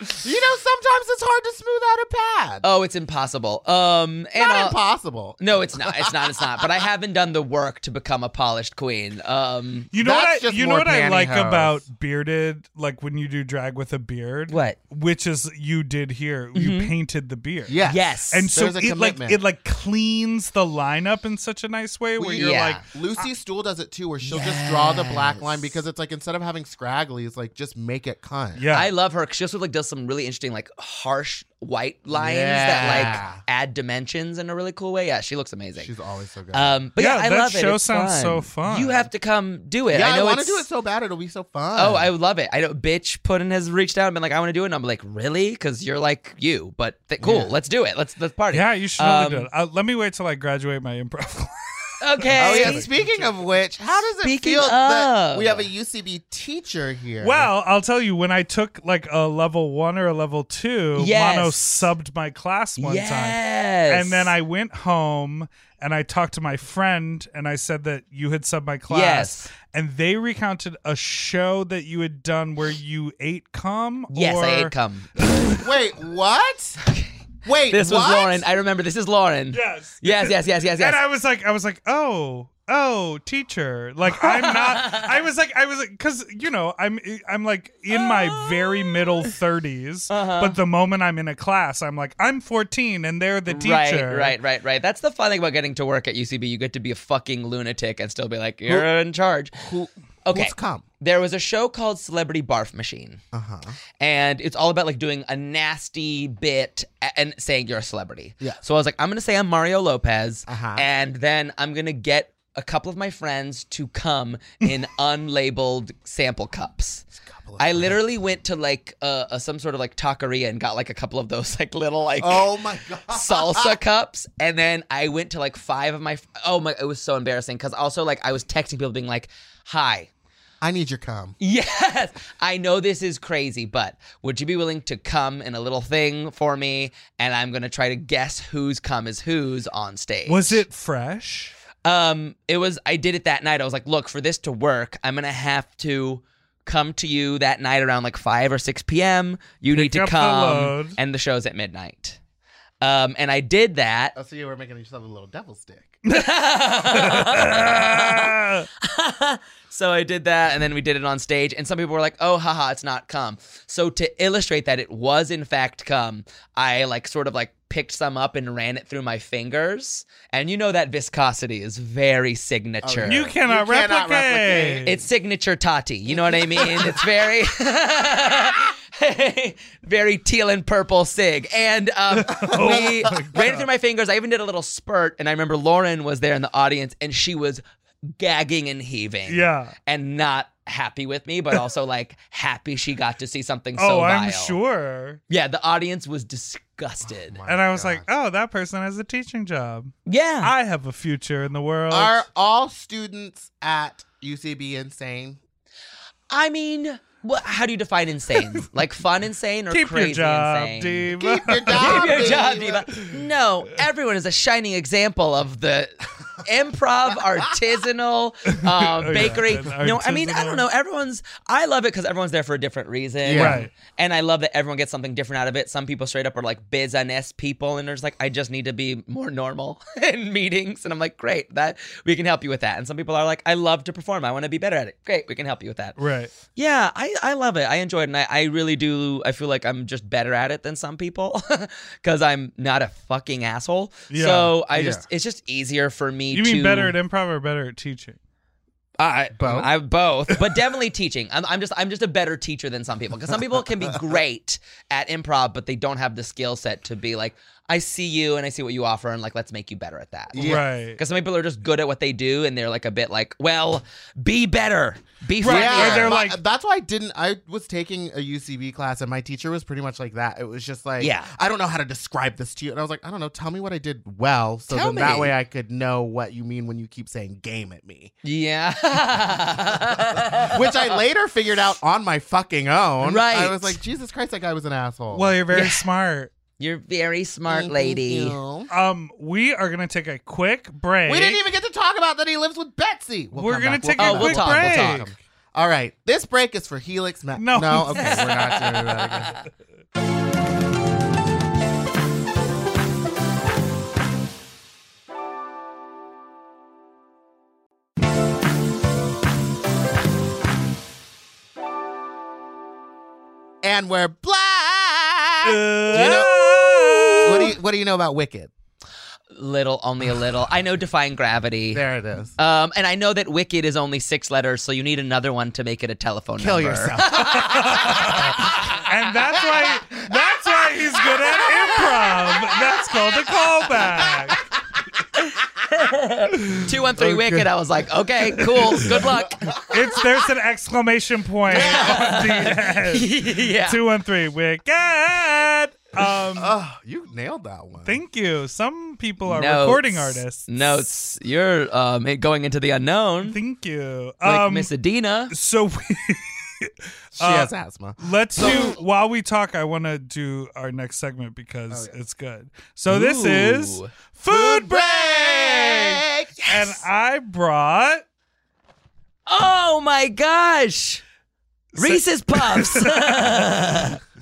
Speaker 3: You know, sometimes it's hard to smooth out a pad.
Speaker 5: oh, it's impossible. Um, and
Speaker 3: Not
Speaker 5: I'll-
Speaker 3: impossible.
Speaker 5: no, it's not. It's not. It's not. But I haven't done the work to become a polished queen. Um,
Speaker 4: You know
Speaker 3: That's
Speaker 4: what? I,
Speaker 3: just
Speaker 4: you know
Speaker 3: more
Speaker 4: what I like
Speaker 3: pantyhose.
Speaker 4: about bearded, like when you do drag with a beard.
Speaker 5: What? Mm-hmm.
Speaker 4: Which is you did here. You painted the beard.
Speaker 3: Yes.
Speaker 5: yes.
Speaker 4: And so
Speaker 3: There's a
Speaker 4: it like
Speaker 3: commitment.
Speaker 4: it like cleans the lineup in such a nice way where
Speaker 3: We-
Speaker 4: you're
Speaker 5: Yeah.
Speaker 4: like
Speaker 3: Lucy Stool does it too, where she'll just draw the black line because it's like instead of having scragglies, like just make it cunt.
Speaker 4: yeah.
Speaker 5: I love her. 'cause She also like does some really interesting like harsh white lines that
Speaker 3: Yeah.
Speaker 5: like add dimensions in a really cool way. Yeah, she looks amazing.
Speaker 3: She's always so good.
Speaker 5: um, but yeah,
Speaker 4: Yeah,
Speaker 5: I
Speaker 4: that
Speaker 5: love it.
Speaker 4: show
Speaker 5: It's
Speaker 4: sounds
Speaker 5: fun.
Speaker 4: so fun.
Speaker 5: You have to come do it.
Speaker 3: yeah,
Speaker 5: I
Speaker 3: I,
Speaker 5: know
Speaker 3: want to
Speaker 5: it's-
Speaker 3: do it so bad; it'll be so fun.
Speaker 5: Oh, I would love it. I know, bitch. Puddin has reached out and been like, "I want to do it," and I'm like, "Really?" Because you're like you, but th- cool. Let's do it. Let's let's party.
Speaker 4: yeah, you should
Speaker 5: Um,
Speaker 4: totally do it. Uh, let me wait till I graduate my improv class.
Speaker 5: Okay.
Speaker 3: Oh yeah. Speaking of which, how does it
Speaker 5: Speaking
Speaker 3: feel that
Speaker 5: of-
Speaker 3: we have a UCB teacher here?
Speaker 4: Well, I'll tell you, when I took like a level one or a level two,
Speaker 5: Yes.
Speaker 4: Mono subbed my class one
Speaker 5: yes.
Speaker 4: time. And then I went home and I talked to my friend and I said that you had subbed my class.
Speaker 5: Yes.
Speaker 4: And they recounted a show that you had done where you ate cum.
Speaker 5: Yes,
Speaker 4: or...
Speaker 5: I ate cum.
Speaker 3: wait, what? Wait,
Speaker 5: This was
Speaker 3: what?
Speaker 5: Lauren. I remember this is Lauren.
Speaker 4: Yes.
Speaker 5: Yes, yes, yes, yes, yes.
Speaker 4: And I was like, I was like, oh, oh, teacher. Like I'm not. I was like, I was like, because you know, I'm, I'm like in my very middle 30s.
Speaker 5: Ah. Uh-huh.
Speaker 4: But the moment I'm in a class, I'm like, I'm 14, and they're the teacher.
Speaker 5: Right, right, right, right. That's the fun thing about getting to work at UCB. You get to be a fucking lunatic and still be like, you're in charge.
Speaker 3: Who,
Speaker 5: Okay.
Speaker 3: Who's come?
Speaker 5: There was a show called Celebrity Barf Machine.
Speaker 3: Uh huh.
Speaker 5: and it's all about like doing a nasty bit a- and saying you're a celebrity.
Speaker 3: Yeah.
Speaker 5: So I was like, I'm gonna say I'm Mario Lopez,
Speaker 3: Uh-huh.
Speaker 5: and then I'm gonna get a couple of my friends to come in unlabeled sample cups. I literally went to like uh, uh, some sort of like taqueria and got like a couple of those like little like
Speaker 3: Oh my god.
Speaker 5: salsa cups and then i went to like five of my oh my it was so embarrassing because also like i was texting people being like hi
Speaker 3: I need your cum.
Speaker 5: Yes, I know this is crazy, but would you be willing to come in a little thing for me? And I'm gonna try to guess who's come is who's on stage.
Speaker 4: Was it fresh?
Speaker 5: Um, it was. I did it that night. I was like, look, for this to work, I'm gonna have to come to you that night around like five or six p.m. You need to
Speaker 4: up the
Speaker 5: come,
Speaker 4: load.
Speaker 5: and the show's at midnight. Um, and I did that.
Speaker 3: Oh, so you were making yourself a little devil's dick.
Speaker 4: Ah,
Speaker 5: so I did that, and then we did it on stage, and some people were like, "Oh, haha, it's not cum." So to illustrate that it was in fact cum, I like sort of like picked some up and ran it through my fingers, and you know that viscosity is very signature.
Speaker 4: Oh, You cannot,
Speaker 3: You cannot
Speaker 4: replicate.
Speaker 3: replicate.
Speaker 5: It's signature tati. You know what I mean? It's very, very teal and purple sig. And um, we
Speaker 4: Oh
Speaker 5: ran it through my fingers. I even did a little spurt. And I remember Lauren was there in the audience and she was gagging and heaving.
Speaker 4: Yeah.
Speaker 5: And not happy with me, but also like happy she got to see something so
Speaker 4: oh, I'm
Speaker 5: vile.
Speaker 4: sure.
Speaker 5: Yeah, the audience was disgusted.
Speaker 4: And I was like, oh, that person has a teaching job.
Speaker 5: yeah.
Speaker 4: I have a future in the world.
Speaker 3: Are all students at UCB insane?
Speaker 5: I mean, what, how do you define insane? like fun insane or
Speaker 4: Keep
Speaker 5: crazy
Speaker 4: your job,
Speaker 5: insane?
Speaker 4: Dave.
Speaker 3: Keep your job,
Speaker 5: Keep your job,
Speaker 3: baby.
Speaker 5: Diva. No, everyone is a shining example of the improv, artisanal, uh,
Speaker 4: yeah,
Speaker 5: bakery.
Speaker 4: and
Speaker 5: No, I mean, I don't
Speaker 4: artisanal.
Speaker 5: know. Everyone's, I love it because everyone's there for a different reason.
Speaker 3: Yeah.
Speaker 4: Right.
Speaker 5: And I love that everyone gets something different out of it. Some people straight up are like business people, and they're just like, I just need to be more normal in meetings. And I'm like, great, that we can help you with that. And some people are like, I love to perform. I want to be better at it. Great, we can help you with that.
Speaker 4: Right.
Speaker 5: Yeah, I, I love it. I enjoy it. And I, I really do. I feel like I'm just better at it than some people because I'm not a fucking asshole.
Speaker 4: Yeah,
Speaker 5: so I
Speaker 3: yeah.
Speaker 5: just, it's just easier for me
Speaker 4: You
Speaker 5: to.
Speaker 4: mean better at improv or better at teaching?
Speaker 5: I,
Speaker 3: Both?
Speaker 5: I both, but definitely teaching. I'm, I'm just I'm just a better teacher than some people because some people can be great at improv, but they don't have the skill set to be like, I see you and I see what you offer, and like let's make you better at that.
Speaker 4: Right.
Speaker 5: Because some people are just good at what they do, and they're like a bit like, well, be better, be funnier.
Speaker 3: Yeah,
Speaker 4: Or they're
Speaker 3: my-
Speaker 4: like-
Speaker 3: that's why I didn't. I was taking a UCB class, and my teacher was pretty much like that. It was just like,
Speaker 5: Yeah.
Speaker 3: I don't know how to describe this to you, and I was like, I don't know. Tell me what I did well, so
Speaker 5: Tell
Speaker 3: then that
Speaker 5: me.
Speaker 3: way I could know what you mean when you keep saying "game" at me,
Speaker 5: yeah.
Speaker 3: which I later figured out on my fucking own.
Speaker 5: Right.
Speaker 3: I was like, Jesus Christ, that guy was an asshole.
Speaker 4: Well, you're very smart.
Speaker 5: You're very smart,
Speaker 3: Thank
Speaker 5: lady.
Speaker 3: you.
Speaker 4: Um, we are gonna take a quick break.
Speaker 3: We didn't even get to talk about that he lives with Betsy. We'll
Speaker 4: We're
Speaker 3: come
Speaker 4: gonna
Speaker 3: back.
Speaker 4: take
Speaker 3: We'll
Speaker 5: a
Speaker 3: come
Speaker 5: quick
Speaker 3: back.
Speaker 4: break.
Speaker 3: We'll talk. All right, this break is for Helix. Ma-
Speaker 4: No.
Speaker 3: no, okay, we're not doing that again. And we're black.
Speaker 4: Uh,
Speaker 3: What do you What do you know about Wicked?
Speaker 5: Little, only a little. I know defying gravity.
Speaker 3: There it is.
Speaker 5: Um, and I know that Wicked is only six letters, so you need another one to make it a telephone
Speaker 3: Kill
Speaker 5: number.
Speaker 3: yourself.
Speaker 4: and that's why that's why he's good at improv. That's called a callback.
Speaker 5: 213 Wicked. I was like, okay, cool. Good luck.
Speaker 4: It's there's an exclamation point on the end.
Speaker 5: yeah.
Speaker 4: Two one three wicked. Um,
Speaker 3: Oh, you nailed that one.
Speaker 4: thank you. Some people are
Speaker 5: Notes.
Speaker 4: recording artists.
Speaker 5: Notes. You're um, going into the unknown.
Speaker 4: Thank you.
Speaker 5: Like
Speaker 4: Um,
Speaker 5: Miss Adina.
Speaker 4: so we,
Speaker 3: she
Speaker 4: Uh,
Speaker 3: has asthma.
Speaker 4: Let's do while we talk. I want to do our next segment because it's good. So this is
Speaker 5: Oh, Ooh.
Speaker 4: food break, and I brought
Speaker 5: Oh my gosh. Reese's Puffs.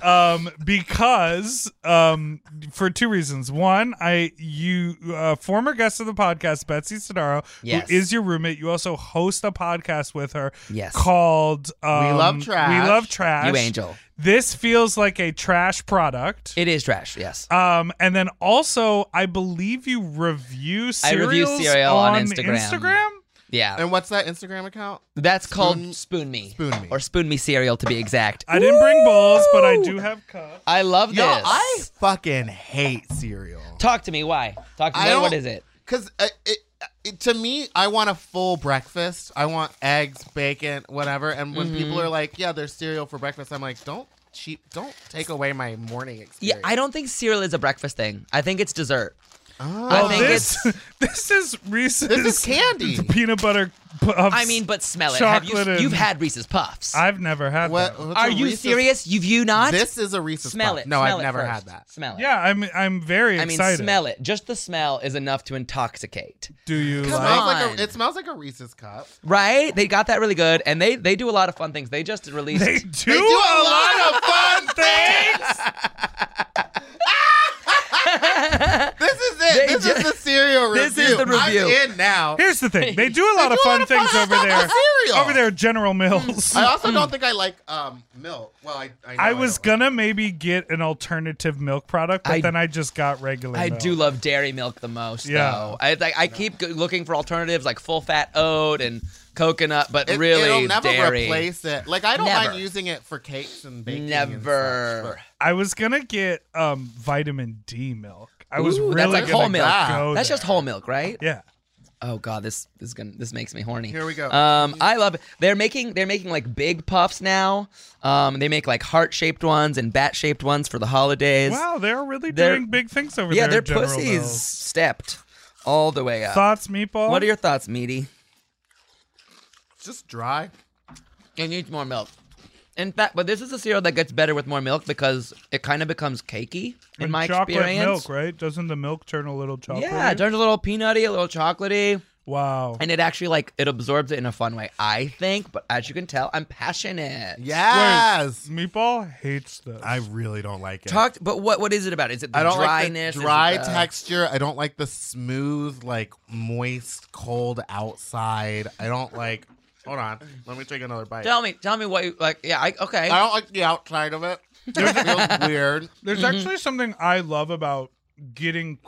Speaker 4: um because um for two reasons. One, I you uh, former guest of the podcast Betsy Sidaro,
Speaker 5: Yes.
Speaker 4: who is your roommate. You also host a podcast with her
Speaker 5: yes.
Speaker 4: called um,
Speaker 3: Love
Speaker 4: We
Speaker 3: Trash.
Speaker 4: love trash.
Speaker 5: You angel.
Speaker 4: This feels like a trash product.
Speaker 5: It is trash. Yes.
Speaker 4: Um, and then also, I believe you review
Speaker 5: I
Speaker 4: cereals
Speaker 5: review cereal on Instagram.
Speaker 4: Instagram?
Speaker 5: Yeah.
Speaker 3: And what's that Instagram account?
Speaker 5: That's
Speaker 3: Spoon-
Speaker 5: called Spoon Me.
Speaker 3: Spoon Me.
Speaker 5: Or Spoon Me cereal to be exact.
Speaker 4: I didn't bring balls, but I do have cups.
Speaker 5: I love this.
Speaker 3: Yo, I fucking hate cereal.
Speaker 5: Talk to me. Why? Talk to me.
Speaker 3: I
Speaker 5: What- What
Speaker 3: don't-
Speaker 5: is it?
Speaker 3: Cause uh, it, it, to me, I want a full breakfast. I want eggs, bacon, whatever. And when
Speaker 5: Mm-hmm.
Speaker 3: people are like, "Yeah, there's cereal for breakfast," I'm like, "Don't cheap, don't take away my morning
Speaker 5: Yeah,
Speaker 3: experience."
Speaker 5: I don't think cereal is a breakfast thing. I think it's dessert.
Speaker 3: Oh.
Speaker 5: I
Speaker 4: Well,
Speaker 5: think
Speaker 4: this,
Speaker 5: it's.
Speaker 4: this is Reese's.
Speaker 3: This is candy.
Speaker 4: Peanut butter puffs.
Speaker 5: I mean, but smell it. Have you,
Speaker 4: Chocolate and-
Speaker 5: you've had Reese's Puffs.
Speaker 4: I've never had
Speaker 3: What-
Speaker 4: that.
Speaker 3: what's
Speaker 5: Are
Speaker 3: a
Speaker 5: you
Speaker 3: Reese's-
Speaker 5: serious? You've you not?
Speaker 3: This is a Reese's.
Speaker 5: smell
Speaker 3: Puff.
Speaker 5: it.
Speaker 3: No,
Speaker 5: smell
Speaker 3: I've
Speaker 5: it
Speaker 3: never
Speaker 5: first.
Speaker 3: had that.
Speaker 5: Smell it.
Speaker 4: Yeah, I'm I'm very
Speaker 5: I mean,
Speaker 4: excited.
Speaker 5: smell it. Just the smell is enough to intoxicate,
Speaker 4: Do you
Speaker 5: Come
Speaker 4: like
Speaker 3: Smells like
Speaker 5: on.
Speaker 3: a, it smells like a Reese's cup.
Speaker 5: right? They got that really good, and they they do a lot of fun things. They just released.
Speaker 4: They do,
Speaker 3: They do a lot of fun things. this is it.
Speaker 5: They
Speaker 3: this This is the cereal review.
Speaker 5: This is the review.
Speaker 3: I'm in now.
Speaker 4: Here's the thing. They do a lot of fun things over there.
Speaker 3: cereal. Hmm.
Speaker 4: Over there, General Mills.
Speaker 3: I also
Speaker 5: Hmm.
Speaker 3: don't think I like um, milk. Well, I I, know
Speaker 4: I was
Speaker 3: don't like-
Speaker 4: gonna maybe get an alternative milk product, but
Speaker 5: I-
Speaker 4: then I just got regular.
Speaker 5: I
Speaker 4: milk.
Speaker 5: do love dairy milk the most,
Speaker 4: Yeah.
Speaker 5: though. I like, I keep go- looking for alternatives like full fat oat and coconut, but
Speaker 3: It,
Speaker 5: really
Speaker 3: it'll never
Speaker 5: dairy.
Speaker 3: replace it. Like I don't
Speaker 5: Never.
Speaker 3: mind using it for cakes and baking. And
Speaker 5: Never.
Speaker 3: such, but-
Speaker 4: I was gonna get um vitamin D milk. I was
Speaker 5: Ooh,
Speaker 4: really
Speaker 5: that's like
Speaker 4: gonna
Speaker 5: whole milk. Ah,
Speaker 4: go
Speaker 5: That's
Speaker 4: there.
Speaker 5: just whole milk, right?
Speaker 4: Yeah.
Speaker 5: Oh god, this this is gonna this makes me horny.
Speaker 3: Here we go.
Speaker 5: Um, I love it. They're making they're making like big puffs now. Um, they make like heart shaped ones and bat shaped ones for the holidays.
Speaker 4: Wow, they're really
Speaker 5: they're-
Speaker 4: doing big things over
Speaker 5: yeah,
Speaker 4: there.
Speaker 5: they're
Speaker 4: General
Speaker 5: pussies
Speaker 4: Mills.
Speaker 5: stepped all the way up.
Speaker 4: Thoughts, meatball.
Speaker 5: What are your thoughts, meaty?
Speaker 3: It's just dry.
Speaker 5: It needs more milk. In fact, but this is a cereal that gets better with more milk because it kind of becomes cakey in
Speaker 4: And
Speaker 5: my
Speaker 4: chocolate
Speaker 5: experience.
Speaker 4: milk, right? Doesn't the milk turn a little chocolate?
Speaker 5: yeah, it turns a little peanutty, a little chocolatey,
Speaker 4: Wow.
Speaker 5: and it actually like it absorbs it in a fun way, I think. But as you can tell, I'm passionate.
Speaker 3: Yes.
Speaker 4: Meatball hates this.
Speaker 3: I really don't like it.
Speaker 5: Talk, but what what is it about? Is it the
Speaker 3: I don't
Speaker 5: dryness?
Speaker 3: like the
Speaker 5: Is
Speaker 3: dry
Speaker 5: it the-
Speaker 3: texture. I don't like the smooth, like moist, cold outside. I don't like. Hold on, let me take another bite.
Speaker 5: Tell me, tell me what you like. Yeah, I, okay.
Speaker 3: I don't like the outside of it. It feels weird.
Speaker 4: There's
Speaker 5: Mm-hmm.
Speaker 4: actually something I love about getting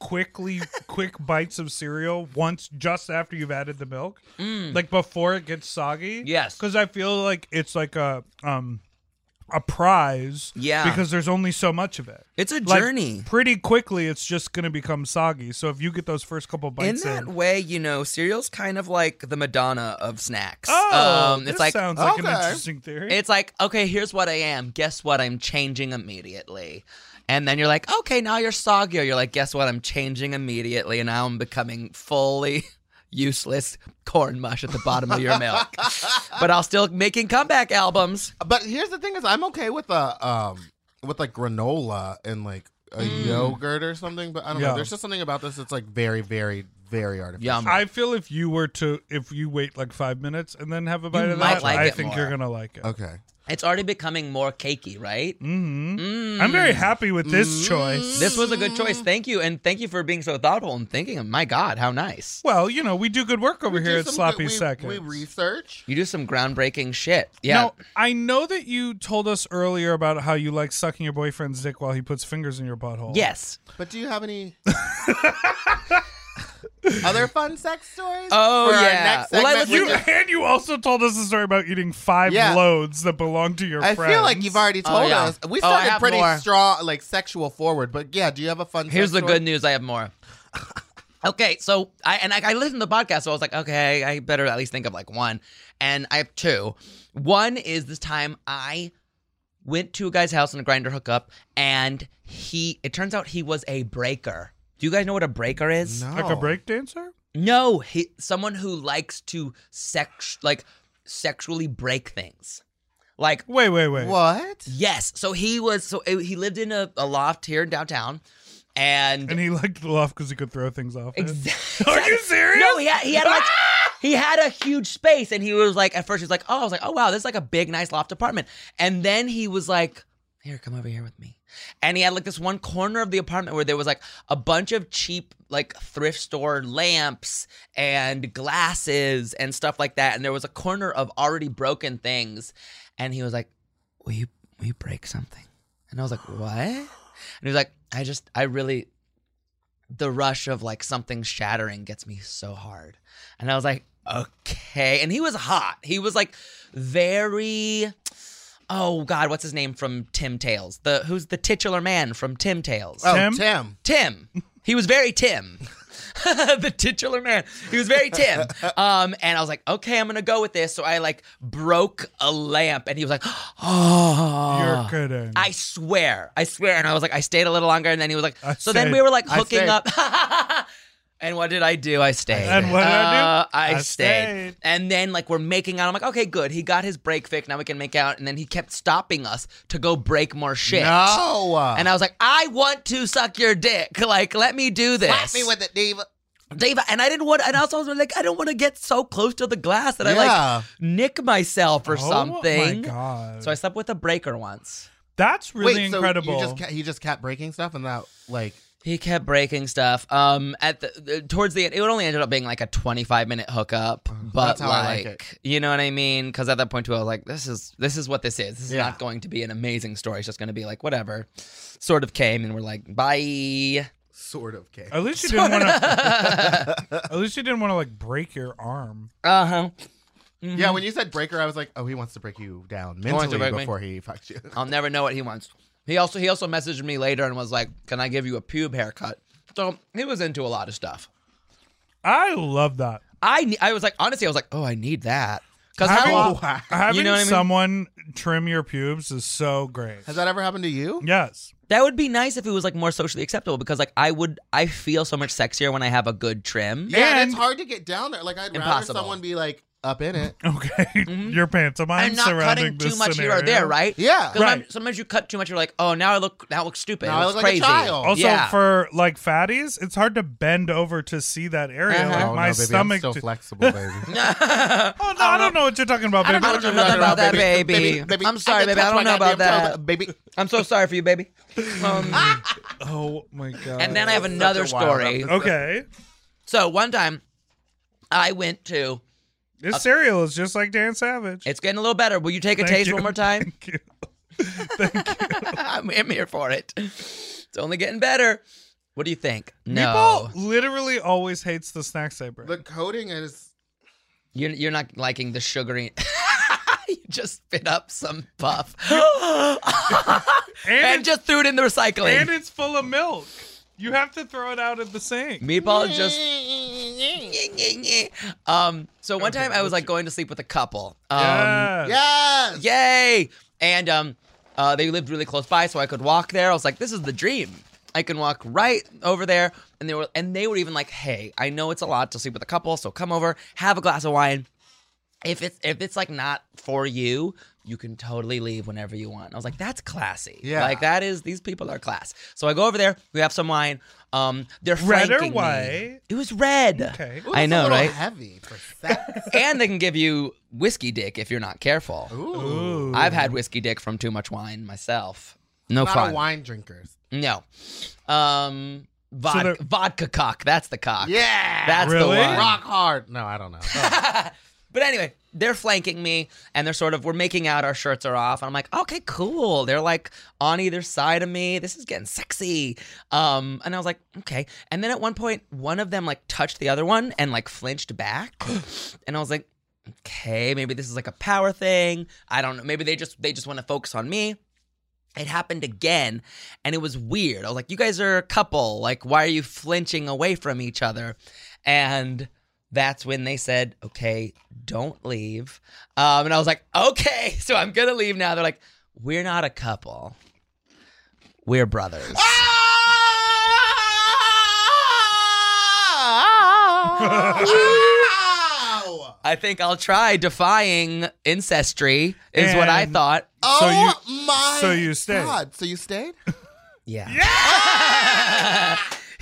Speaker 4: quickly quick bites of cereal once just after you've added the milk, like before it gets soggy.
Speaker 5: Mm. Yes.
Speaker 4: because I feel like it's like a um a prize.
Speaker 5: Yeah.
Speaker 4: because there's only so much of it.
Speaker 5: it's a
Speaker 4: Like,
Speaker 5: journey.
Speaker 4: pretty quickly, it's just going to become soggy. So if you get those first couple
Speaker 5: In
Speaker 4: bites in,
Speaker 5: that way, you know, cereal's kind of like the Madonna of snacks.
Speaker 4: oh,
Speaker 5: um,
Speaker 4: this
Speaker 5: it's like
Speaker 4: sounds like an
Speaker 3: okay.
Speaker 4: interesting theory.
Speaker 5: it's like okay, here's what I am. Guess what? I'm changing immediately. And then you're like, okay, now you're soggy. You're like, guess what? I'm changing immediately, and now I'm becoming fully useless corn mush at the bottom of your milk. but I'll still making comeback albums.
Speaker 3: But here's the thing: is I'm okay with a um with like granola and like a yogurt or something. But I don't
Speaker 4: Yeah.
Speaker 3: know. There's just something about this that's like very, very, very artificial.
Speaker 5: Yum.
Speaker 4: I feel if you were to if you wait like five minutes and then have a bite of
Speaker 5: might
Speaker 4: that,
Speaker 5: like
Speaker 4: I
Speaker 5: it
Speaker 4: think
Speaker 5: more.
Speaker 4: you're gonna like it.
Speaker 3: Okay.
Speaker 5: It's already becoming more cakey, right?
Speaker 4: hmm
Speaker 3: Mm.
Speaker 4: I'm very happy with this choice.
Speaker 5: This was a good choice. Thank you. And thank you for being so thoughtful and thinking. of- My God, how nice.
Speaker 4: well, you know, we do good work over
Speaker 3: We
Speaker 4: here
Speaker 3: do
Speaker 4: at
Speaker 3: some-
Speaker 4: Sloppy
Speaker 3: we,
Speaker 4: Seconds.
Speaker 3: We research.
Speaker 5: You do some groundbreaking shit. Yeah.
Speaker 4: Now, I know that you told us earlier about how you like sucking your boyfriend's dick while he puts fingers in your butthole.
Speaker 5: yes.
Speaker 3: But do you have any other fun sex stories?
Speaker 5: Oh,
Speaker 3: for our
Speaker 5: yeah.
Speaker 3: next
Speaker 5: Well, I was-
Speaker 3: segment,
Speaker 4: You
Speaker 3: which is-
Speaker 4: and you also told us a story about eating five
Speaker 3: Yeah.
Speaker 4: loads that belong to your
Speaker 3: I
Speaker 4: friends.
Speaker 3: feel like you've already
Speaker 5: Oh,
Speaker 3: told
Speaker 5: yeah.
Speaker 3: us. We
Speaker 5: Oh, I
Speaker 3: started
Speaker 5: have
Speaker 3: pretty
Speaker 5: more.
Speaker 3: strong, like sexual forward. But yeah, do you have a fun?
Speaker 5: Here's the
Speaker 3: sex
Speaker 5: good news. I have more. okay, so I and I, I listened to the podcast, so I was like, okay, I better at least think of like one. And I have two. One is this time I went to a guy's house in a grinder hookup, and he. It turns out he was a breaker. Do you guys know what a breaker is?
Speaker 3: story?
Speaker 4: like a break dancer?
Speaker 5: No, he someone who likes to sex like sexually break things. Like
Speaker 4: Wait, wait, wait.
Speaker 3: What?
Speaker 5: yes, so he was so he lived in a, a loft here in downtown, and,
Speaker 4: And he liked the loft because he could throw things off. it.
Speaker 5: exactly.
Speaker 4: Are you serious?
Speaker 5: No, he had he had like he had a huge space, and he was like at first he was like oh I was like oh wow this is like a big nice loft apartment, and then he was like here come over here with me, and he had like this one corner of the apartment where there was like a bunch of cheap like thrift store lamps and glasses and stuff like that, and there was a corner of already broken things, and he was like will you will you break something? And I was like what? And he was like I just I really the rush of like something shattering gets me so hard. And I was like, okay. And he was hot. He was like very oh god, what's his name from Tim Tales? The who's the titular man from Tim Tales?
Speaker 3: Oh,
Speaker 4: Tim?
Speaker 3: Tim.
Speaker 5: Tim. He was very Tim. the titular man. He was very Tim. Um, and I was like, okay, I'm gonna go with this. So I like broke a lamp and he was like, oh
Speaker 4: You're kidding.
Speaker 5: I swear, I swear. And I was like, I stayed a little longer, and then he was like,
Speaker 4: I
Speaker 5: so
Speaker 4: stayed.
Speaker 5: then we were like
Speaker 3: I
Speaker 5: hooking
Speaker 3: stayed.
Speaker 5: up. and what did I do? I stayed. Uh,
Speaker 4: And what did I do?
Speaker 5: I,
Speaker 4: I
Speaker 5: stayed.
Speaker 4: stayed.
Speaker 5: And then like we're making out. I'm like, okay, good. He got his break fix. Now we can make out. And then he kept stopping us to go break more shit.
Speaker 3: No.
Speaker 5: And I was like, I want to suck your dick. Like, let me do this.
Speaker 3: Slap me with it, diva.
Speaker 5: Dave, and I didn't want, and also I was like, I don't want to get so close to the glass that I
Speaker 3: Yeah.
Speaker 5: like nick myself or
Speaker 4: Oh my
Speaker 5: something.
Speaker 4: god.
Speaker 5: So I slept with a breaker once.
Speaker 4: That's really
Speaker 3: Wait, so
Speaker 4: incredible.
Speaker 3: you just ca- he just kept breaking stuff, and that like
Speaker 5: He kept breaking stuff. Um, at the, the- towards the end, it only ended up being like a twenty-five minute hookup, but
Speaker 3: Uh-huh. that's how
Speaker 5: like,
Speaker 3: I like
Speaker 5: you know what I mean? Because at that point too, I was like, this is this is what this is. This is
Speaker 3: Yeah.
Speaker 5: not going to be an amazing story. It's just going to be like whatever. Sort of came and we're like, bye.
Speaker 3: Sort of cake.
Speaker 4: At least you didn't want to. at least you didn't want to like break your arm.
Speaker 5: Uh huh. mm-hmm.
Speaker 3: Yeah, when you said breaker, I was like, oh, he wants to break you down
Speaker 5: wants to
Speaker 3: mentally
Speaker 5: break me.
Speaker 3: before he fucks you.
Speaker 5: I'll never know what he wants. He also he also messaged me later and was like, "Can I give you a pube haircut?" So he was into a lot of stuff.
Speaker 4: I love that.
Speaker 5: I ne- I was like, honestly, I was like, "Oh, I need that." Because
Speaker 4: Having,
Speaker 5: how
Speaker 4: having
Speaker 5: You know what I mean?
Speaker 4: someone trim your pubes is so great.
Speaker 3: Has that ever happened to you?
Speaker 4: Yes.
Speaker 5: that would be nice if it was like more socially acceptable. Because like I would I feel so much sexier when I have a good trim.
Speaker 3: Yeah, and,
Speaker 4: And-
Speaker 3: it's hard to get down there. Like I'd
Speaker 5: Impossible.
Speaker 3: rather someone be like up in it.
Speaker 4: Okay. Your pantomime
Speaker 5: Mm-hmm. I'm not
Speaker 4: surrounding
Speaker 5: cutting too
Speaker 4: this
Speaker 5: much
Speaker 4: scenario.
Speaker 5: here or there, right?
Speaker 3: Yeah.
Speaker 5: 'Cause I'm-
Speaker 4: Right.
Speaker 5: Sometimes you cut too much. You're like, "Oh, now I look now I look stupid.
Speaker 3: Now I
Speaker 5: it
Speaker 3: look
Speaker 5: looks
Speaker 3: like a
Speaker 5: crazy."
Speaker 3: child.
Speaker 4: Also,
Speaker 5: Yeah.
Speaker 4: for like fatties, it's hard to bend over to see that area.
Speaker 5: Uh-huh.
Speaker 4: Like
Speaker 3: Oh,
Speaker 4: my
Speaker 3: no, baby,
Speaker 4: stomach.
Speaker 3: I'm still
Speaker 4: d-
Speaker 3: flexible, baby.
Speaker 4: oh no, I don't know what you're talking about.
Speaker 5: I don't
Speaker 4: baby.
Speaker 5: know what you're talking about, that baby. I'm sorry,
Speaker 3: can
Speaker 5: baby, I
Speaker 3: touch
Speaker 5: don't
Speaker 3: my
Speaker 5: know about
Speaker 3: goddamn toes,
Speaker 5: that.
Speaker 3: baby.
Speaker 5: I'm so sorry for you, baby. Um,
Speaker 4: Oh my god.
Speaker 5: and then I have another
Speaker 3: such a wild
Speaker 5: story.
Speaker 4: okay,
Speaker 5: So one time, I went to.
Speaker 4: this cereal is just like Dan Savage.
Speaker 5: It's getting a little better. Will you take a
Speaker 4: Thank
Speaker 5: taste
Speaker 4: you.
Speaker 5: one more time?
Speaker 4: Thank you.
Speaker 5: I'm, I'm here for it. It's only getting better. What do you think? No,
Speaker 4: Meatball literally always hates the snacks I bring.
Speaker 3: The coating is
Speaker 5: you're, you're not liking the sugary. you just spit up some puff and,
Speaker 4: and, it's,
Speaker 5: just threw it in the recycling.
Speaker 4: and it's full of milk. You have to throw it out at the sink.
Speaker 5: Meatball just. um. So one time I was like going to sleep with a couple. Um,
Speaker 4: Yes.
Speaker 3: yes.
Speaker 5: Yay! And um, uh, they lived really close by, so I could walk there. I was like, this is the dream. I can walk right over there, and they were and they were even like, hey, I know it's a lot to sleep with a couple, so come over, have a glass of wine. If it's if it's like not for you, you can totally leave whenever you want. I was like, that's classy.
Speaker 3: Yeah.
Speaker 5: like that is these people are class. So I go over there, we have some wine. Um, they're
Speaker 4: Red or
Speaker 5: flanking me.
Speaker 4: white?
Speaker 5: It was red.
Speaker 4: Okay.
Speaker 3: Ooh,
Speaker 5: I
Speaker 3: it's a
Speaker 5: know,
Speaker 3: little
Speaker 5: right?
Speaker 3: Heavy for sex.
Speaker 5: and they can give you whiskey dick if you're not careful.
Speaker 3: Ooh.
Speaker 5: I've had whiskey dick from too much wine myself. No
Speaker 3: Not
Speaker 5: fun.
Speaker 3: a wine drinkers.
Speaker 5: No. Um, vodka,
Speaker 4: they're-
Speaker 5: vodka cock. That's the cock.
Speaker 3: Yeah.
Speaker 5: Uh, That's
Speaker 4: Really?
Speaker 5: the one.
Speaker 3: rock hard. No, I don't know.
Speaker 5: But anyway, they're flanking me and they're sort of, we're making out, our shirts are off. I'm like, okay, cool. They're like on either side of me. This is getting sexy. Um, and I was like, okay. And then at one point, one of them like touched the other one and like flinched back. and I was like, okay, maybe this is like a power thing. I don't know. Maybe they just, they just want to focus on me. It happened again and it was weird. I was like, you guys are a couple. Like, why are you flinching away from each other? And that's when they said, okay, don't leave. Um, and I was like, okay, so I'm going to leave now. They're like, we're not a couple, we're brothers.
Speaker 3: Ah! Wow.
Speaker 5: I think I'll try defying incestry, is what I
Speaker 4: And-
Speaker 5: thought.
Speaker 3: Oh my
Speaker 4: so you stayed.
Speaker 3: God. So you stayed?
Speaker 5: Yeah. Yeah.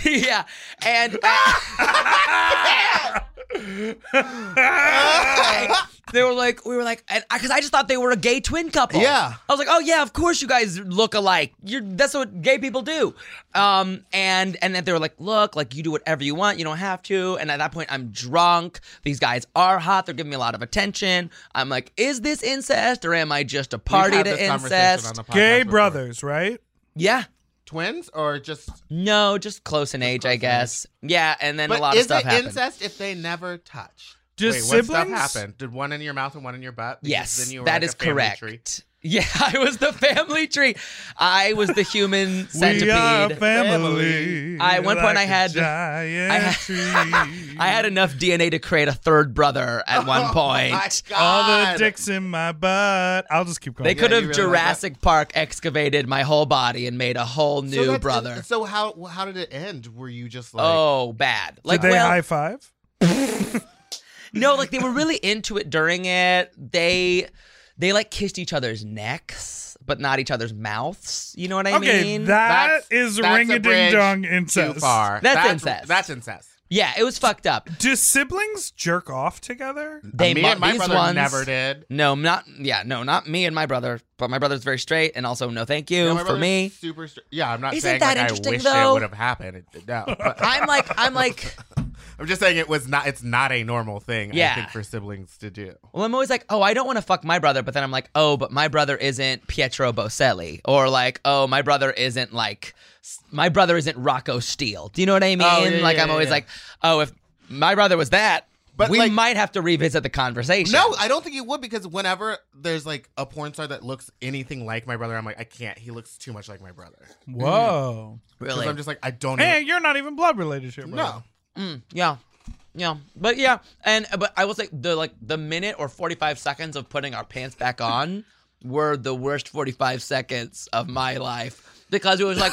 Speaker 5: And uh, they were like, we were like, because I just thought they were a gay twin couple.
Speaker 3: Yeah.
Speaker 5: I was like, oh yeah, of course you guys look alike. You're that's what gay people do. Um, and and then they were like, look, like you do whatever you want. You don't have to. And at that point, I'm drunk. These guys are hot. They're giving me a lot of attention. I'm like, is this incest or am I just a party
Speaker 3: We've had
Speaker 5: to
Speaker 3: this conversation
Speaker 5: incest?
Speaker 3: on the podcast
Speaker 4: Gay
Speaker 3: before.
Speaker 4: brothers, right?
Speaker 5: yeah.
Speaker 3: Twins or just.
Speaker 5: No, just close in age, I guess. Yeah, and then a
Speaker 3: But
Speaker 5: lot
Speaker 3: is
Speaker 5: of stuff
Speaker 3: it
Speaker 5: happened.
Speaker 3: incest if they never touch?
Speaker 4: Just
Speaker 3: Wait, what
Speaker 4: siblings?
Speaker 3: stuff happened? Did one in your mouth and one in your butt? Because
Speaker 5: Yes,
Speaker 3: then you were
Speaker 5: that
Speaker 3: like
Speaker 5: is
Speaker 3: a family
Speaker 5: correct.
Speaker 3: tree.
Speaker 5: Yeah, I was the family tree. I was the human centipede.
Speaker 4: We are
Speaker 5: I
Speaker 4: family.
Speaker 5: I- at one point
Speaker 4: like
Speaker 5: I
Speaker 4: a
Speaker 5: had-
Speaker 4: giant
Speaker 5: I had-
Speaker 4: tree.
Speaker 5: had enough DNA to create a third brother at one point.
Speaker 3: Oh My
Speaker 4: all the
Speaker 3: God.
Speaker 4: dicks in my butt. I'll just keep going.
Speaker 5: They could
Speaker 3: you
Speaker 5: have
Speaker 3: really like
Speaker 5: Jurassic Park excavated my whole body and made a whole
Speaker 3: So
Speaker 5: new
Speaker 3: that's-
Speaker 5: brother.
Speaker 3: So how how did it end? Were you just like
Speaker 5: oh, bad. Like,
Speaker 4: Did they
Speaker 5: well,
Speaker 4: high five?
Speaker 5: no, like they were really into it during it. They, they like kissed each other's necks, but not each other's mouths. You know what I
Speaker 4: Okay,
Speaker 5: mean?
Speaker 4: that
Speaker 3: That's-
Speaker 4: is
Speaker 3: that's a
Speaker 4: ring a ding
Speaker 3: bridge
Speaker 4: dong
Speaker 3: too
Speaker 4: incest.
Speaker 3: far?
Speaker 5: That's incest.
Speaker 3: That's incest.
Speaker 5: Yeah, it was fucked up.
Speaker 4: Do siblings jerk off together?
Speaker 5: They
Speaker 3: Me
Speaker 5: mu-
Speaker 3: and my
Speaker 5: these
Speaker 3: brother
Speaker 5: ones-
Speaker 3: never did.
Speaker 5: No, not yeah, no, not me and my brother. But my brother's very straight, and also no, thank you
Speaker 3: Yeah, my
Speaker 5: for
Speaker 3: brother's
Speaker 5: me.
Speaker 3: super. Str- yeah, I'm not
Speaker 5: Isn't
Speaker 3: saying
Speaker 5: that
Speaker 3: like, I
Speaker 5: interesting,
Speaker 3: wish
Speaker 5: though?
Speaker 3: it would have happened. It- No, but
Speaker 5: I'm like, I'm like,
Speaker 3: I'm just saying it was not. It's not a normal thing. I
Speaker 5: Yeah.
Speaker 3: think for siblings to do.
Speaker 5: well, I'm always like, oh, I don't want to fuck my brother, but then I'm like, oh, but my brother isn't Pietro Boselli, or like, oh, my brother isn't like, s- my brother isn't Rocco Steele. Do you know what I mean?
Speaker 3: Oh, yeah,
Speaker 5: like,
Speaker 3: yeah,
Speaker 5: I'm
Speaker 3: yeah,
Speaker 5: always
Speaker 3: yeah.
Speaker 5: like, oh, if my brother was that,
Speaker 3: But,
Speaker 5: we
Speaker 3: like-
Speaker 5: might have to revisit the conversation.
Speaker 3: No, I don't think you would because whenever there's like a porn star that looks anything like my brother, I'm like, I can't. He looks too much like my brother. 'Cause
Speaker 4: Whoa.
Speaker 5: really.
Speaker 3: I'm just like, I don't.
Speaker 4: Hey,
Speaker 3: Even-
Speaker 4: you're not even blood related to your brother.
Speaker 3: no,
Speaker 5: Mm, yeah. Yeah. But yeah, and uh, but I was like the like the minute or 45 seconds of putting our pants back on were the worst 45 seconds of my life because it was like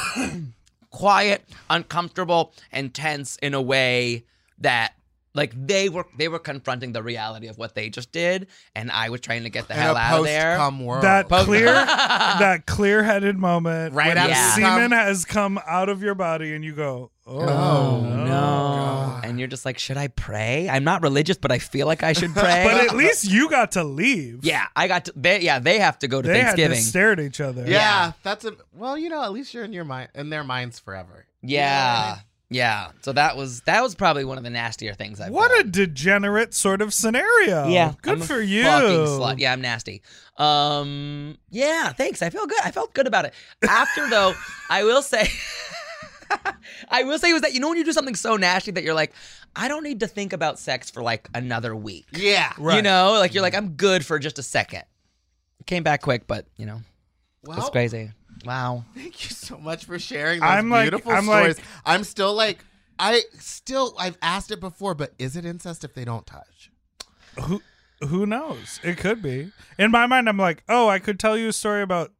Speaker 5: quiet, uncomfortable, and tense in a way that like they were they were confronting the reality of what they just did and I was trying to get the
Speaker 3: in
Speaker 5: hell
Speaker 3: a
Speaker 5: out of
Speaker 3: post
Speaker 5: there.
Speaker 3: cum world.
Speaker 4: That clear, that clear-headed moment
Speaker 3: Right
Speaker 4: when
Speaker 3: out
Speaker 5: of
Speaker 4: the
Speaker 5: the
Speaker 4: semen
Speaker 3: cum.
Speaker 4: has come out of your body, and you go, "Oh, no!"
Speaker 5: And you're just like, should I pray? I'm not religious, but I feel like I should pray.
Speaker 4: But at least you got to leave.
Speaker 5: yeah, I got to. They, yeah, they have to go to
Speaker 4: they had to
Speaker 5: Thanksgiving.
Speaker 4: stare at each other.
Speaker 3: yeah, that's a well. You know, at least you're in your mind, in their minds forever.
Speaker 5: Yeah. Yeah. So that was that was probably one of the nastier things I've
Speaker 4: What a
Speaker 5: done.
Speaker 4: degenerate sort of scenario. Good
Speaker 5: I'm a
Speaker 4: for you.
Speaker 5: Fucking slut. Yeah, I'm nasty. Um yeah, thanks. I feel good. I felt good about it. After though, I will say I will say was that you know when you do something so nasty that you're like, I don't need to think about sex for like another week.
Speaker 3: Yeah.
Speaker 4: Right. Mm-hmm.
Speaker 5: You know, like you're like, I'm good for just a second. Came back quick, but you know,
Speaker 3: Well,
Speaker 5: it's crazy. Wow.
Speaker 3: Thank you so much for sharing those
Speaker 4: I'm like-
Speaker 3: beautiful
Speaker 4: I'm like-
Speaker 3: stories. I'm still like, I still, I've asked it before, but is it incest if they don't touch?
Speaker 4: who who knows? It could be. In my mind, I'm like, oh, I could tell you a story about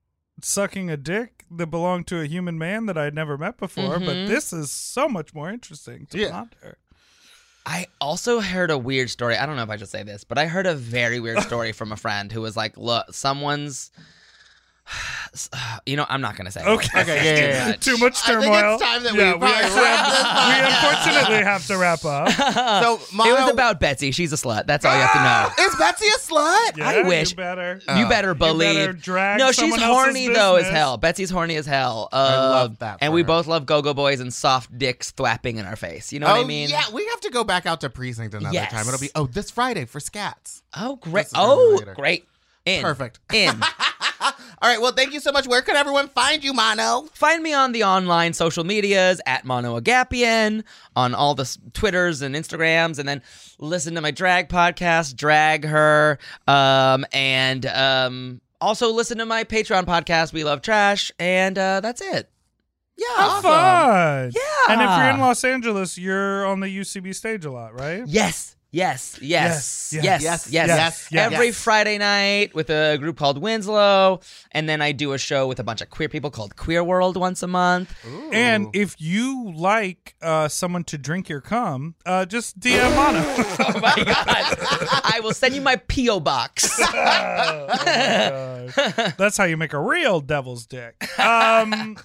Speaker 4: sucking a dick that belonged to a human man that I'd never met before,
Speaker 5: Mm-hmm.
Speaker 4: but this is so much more interesting to
Speaker 3: Yeah.
Speaker 4: ponder.
Speaker 5: I also heard a weird story. I don't know if I should say this, but I heard a very weird story from a friend who was like, "Look, someone's." You know, I'm not gonna say. it.
Speaker 4: Okay.
Speaker 3: Okay, yeah, yeah, yeah.
Speaker 4: Too much
Speaker 3: I think
Speaker 4: turmoil.
Speaker 3: it's time that we
Speaker 4: yeah,
Speaker 3: probably
Speaker 4: actually
Speaker 3: wrap this
Speaker 4: have- we unfortunately have to wrap up.
Speaker 3: so, Mono,
Speaker 5: Uh, it was about Betsy. She's a slut. That's all you have to know.
Speaker 3: is Betsy a slut?
Speaker 4: Yeah,
Speaker 5: I wish-
Speaker 4: Oh. You better.
Speaker 3: Uh,
Speaker 5: you better believe.
Speaker 4: drag
Speaker 5: no, she's
Speaker 4: someone else's
Speaker 5: horny though as
Speaker 4: business.
Speaker 5: hell. Betsy's horny as hell. Uh,
Speaker 3: love that
Speaker 5: And
Speaker 3: for
Speaker 5: we
Speaker 3: her.
Speaker 5: both love go-go boys and soft dicks thwapping in our face. You know
Speaker 3: oh
Speaker 5: what I mean?
Speaker 3: yeah, we have to go back out to precinct another
Speaker 5: Yes.
Speaker 3: time. It'll be oh this Friday for scats.
Speaker 5: Oh great.
Speaker 3: This is gonna be
Speaker 5: Oh
Speaker 3: later.
Speaker 5: great. In.
Speaker 3: Perfect.
Speaker 5: In.
Speaker 3: All right, well, thank you so much. Where could everyone find you, Mono?
Speaker 5: Find me on the online social medias at Mono Agapian, on all the s- Twitters and Instagrams, and then listen to my drag podcast, Drag Her, um, and um, also listen to my Patreon podcast, We Love Trash, and uh, that's it. Yeah,
Speaker 4: Fun.
Speaker 5: Yeah.
Speaker 4: And if you're in Los Angeles, you're on the UCB stage a lot, right?
Speaker 5: Yes. Yes, yes,
Speaker 4: Yes,
Speaker 5: yes,
Speaker 4: yes,
Speaker 5: yes,
Speaker 3: yes,
Speaker 5: yes,
Speaker 3: yes, yes.
Speaker 5: Every
Speaker 3: Yes.
Speaker 5: Friday night with a group called Winslow, and then I do a show with a bunch of queer people called Queer World once a month.
Speaker 4: And if you like uh, someone to drink your cum, uh, just DM Mono.
Speaker 5: Oh my god! I will send you my PO box.
Speaker 3: Oh,
Speaker 4: That's how you make a real devil's dick. Um,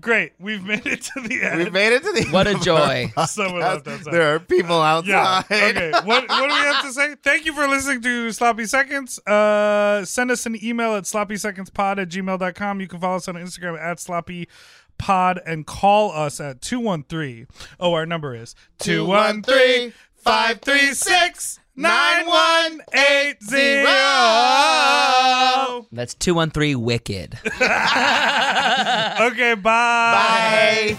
Speaker 4: great. We've made it to the
Speaker 3: We've
Speaker 4: end.
Speaker 3: made it to the
Speaker 5: What a joy!
Speaker 4: Someone left
Speaker 3: podcast.
Speaker 4: outside.
Speaker 3: There are people
Speaker 4: yeah.
Speaker 3: outside.
Speaker 4: Okay. What, what do we have to say? Thank you for listening to Sloppy Seconds. Uh, send us an email at sloppysecondspod at gmail.com. You can follow us on Instagram at sloppy pod and call us at 213. Oh, our number is 213 536 9180.
Speaker 5: That's two one three wicked.
Speaker 4: Okay, bye.
Speaker 3: Bye.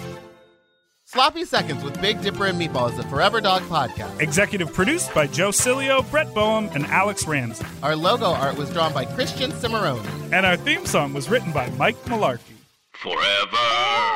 Speaker 3: Sloppy Seconds with Big Dipper and Meatball is the Forever Dog podcast.
Speaker 4: Executive produced by Joe Cilio, Brett Boehm, and Alex Ramsey.
Speaker 3: Our logo art was drawn by Christian Cimarroni.
Speaker 4: And our theme song was written by Mike Malarkey.
Speaker 1: Forever.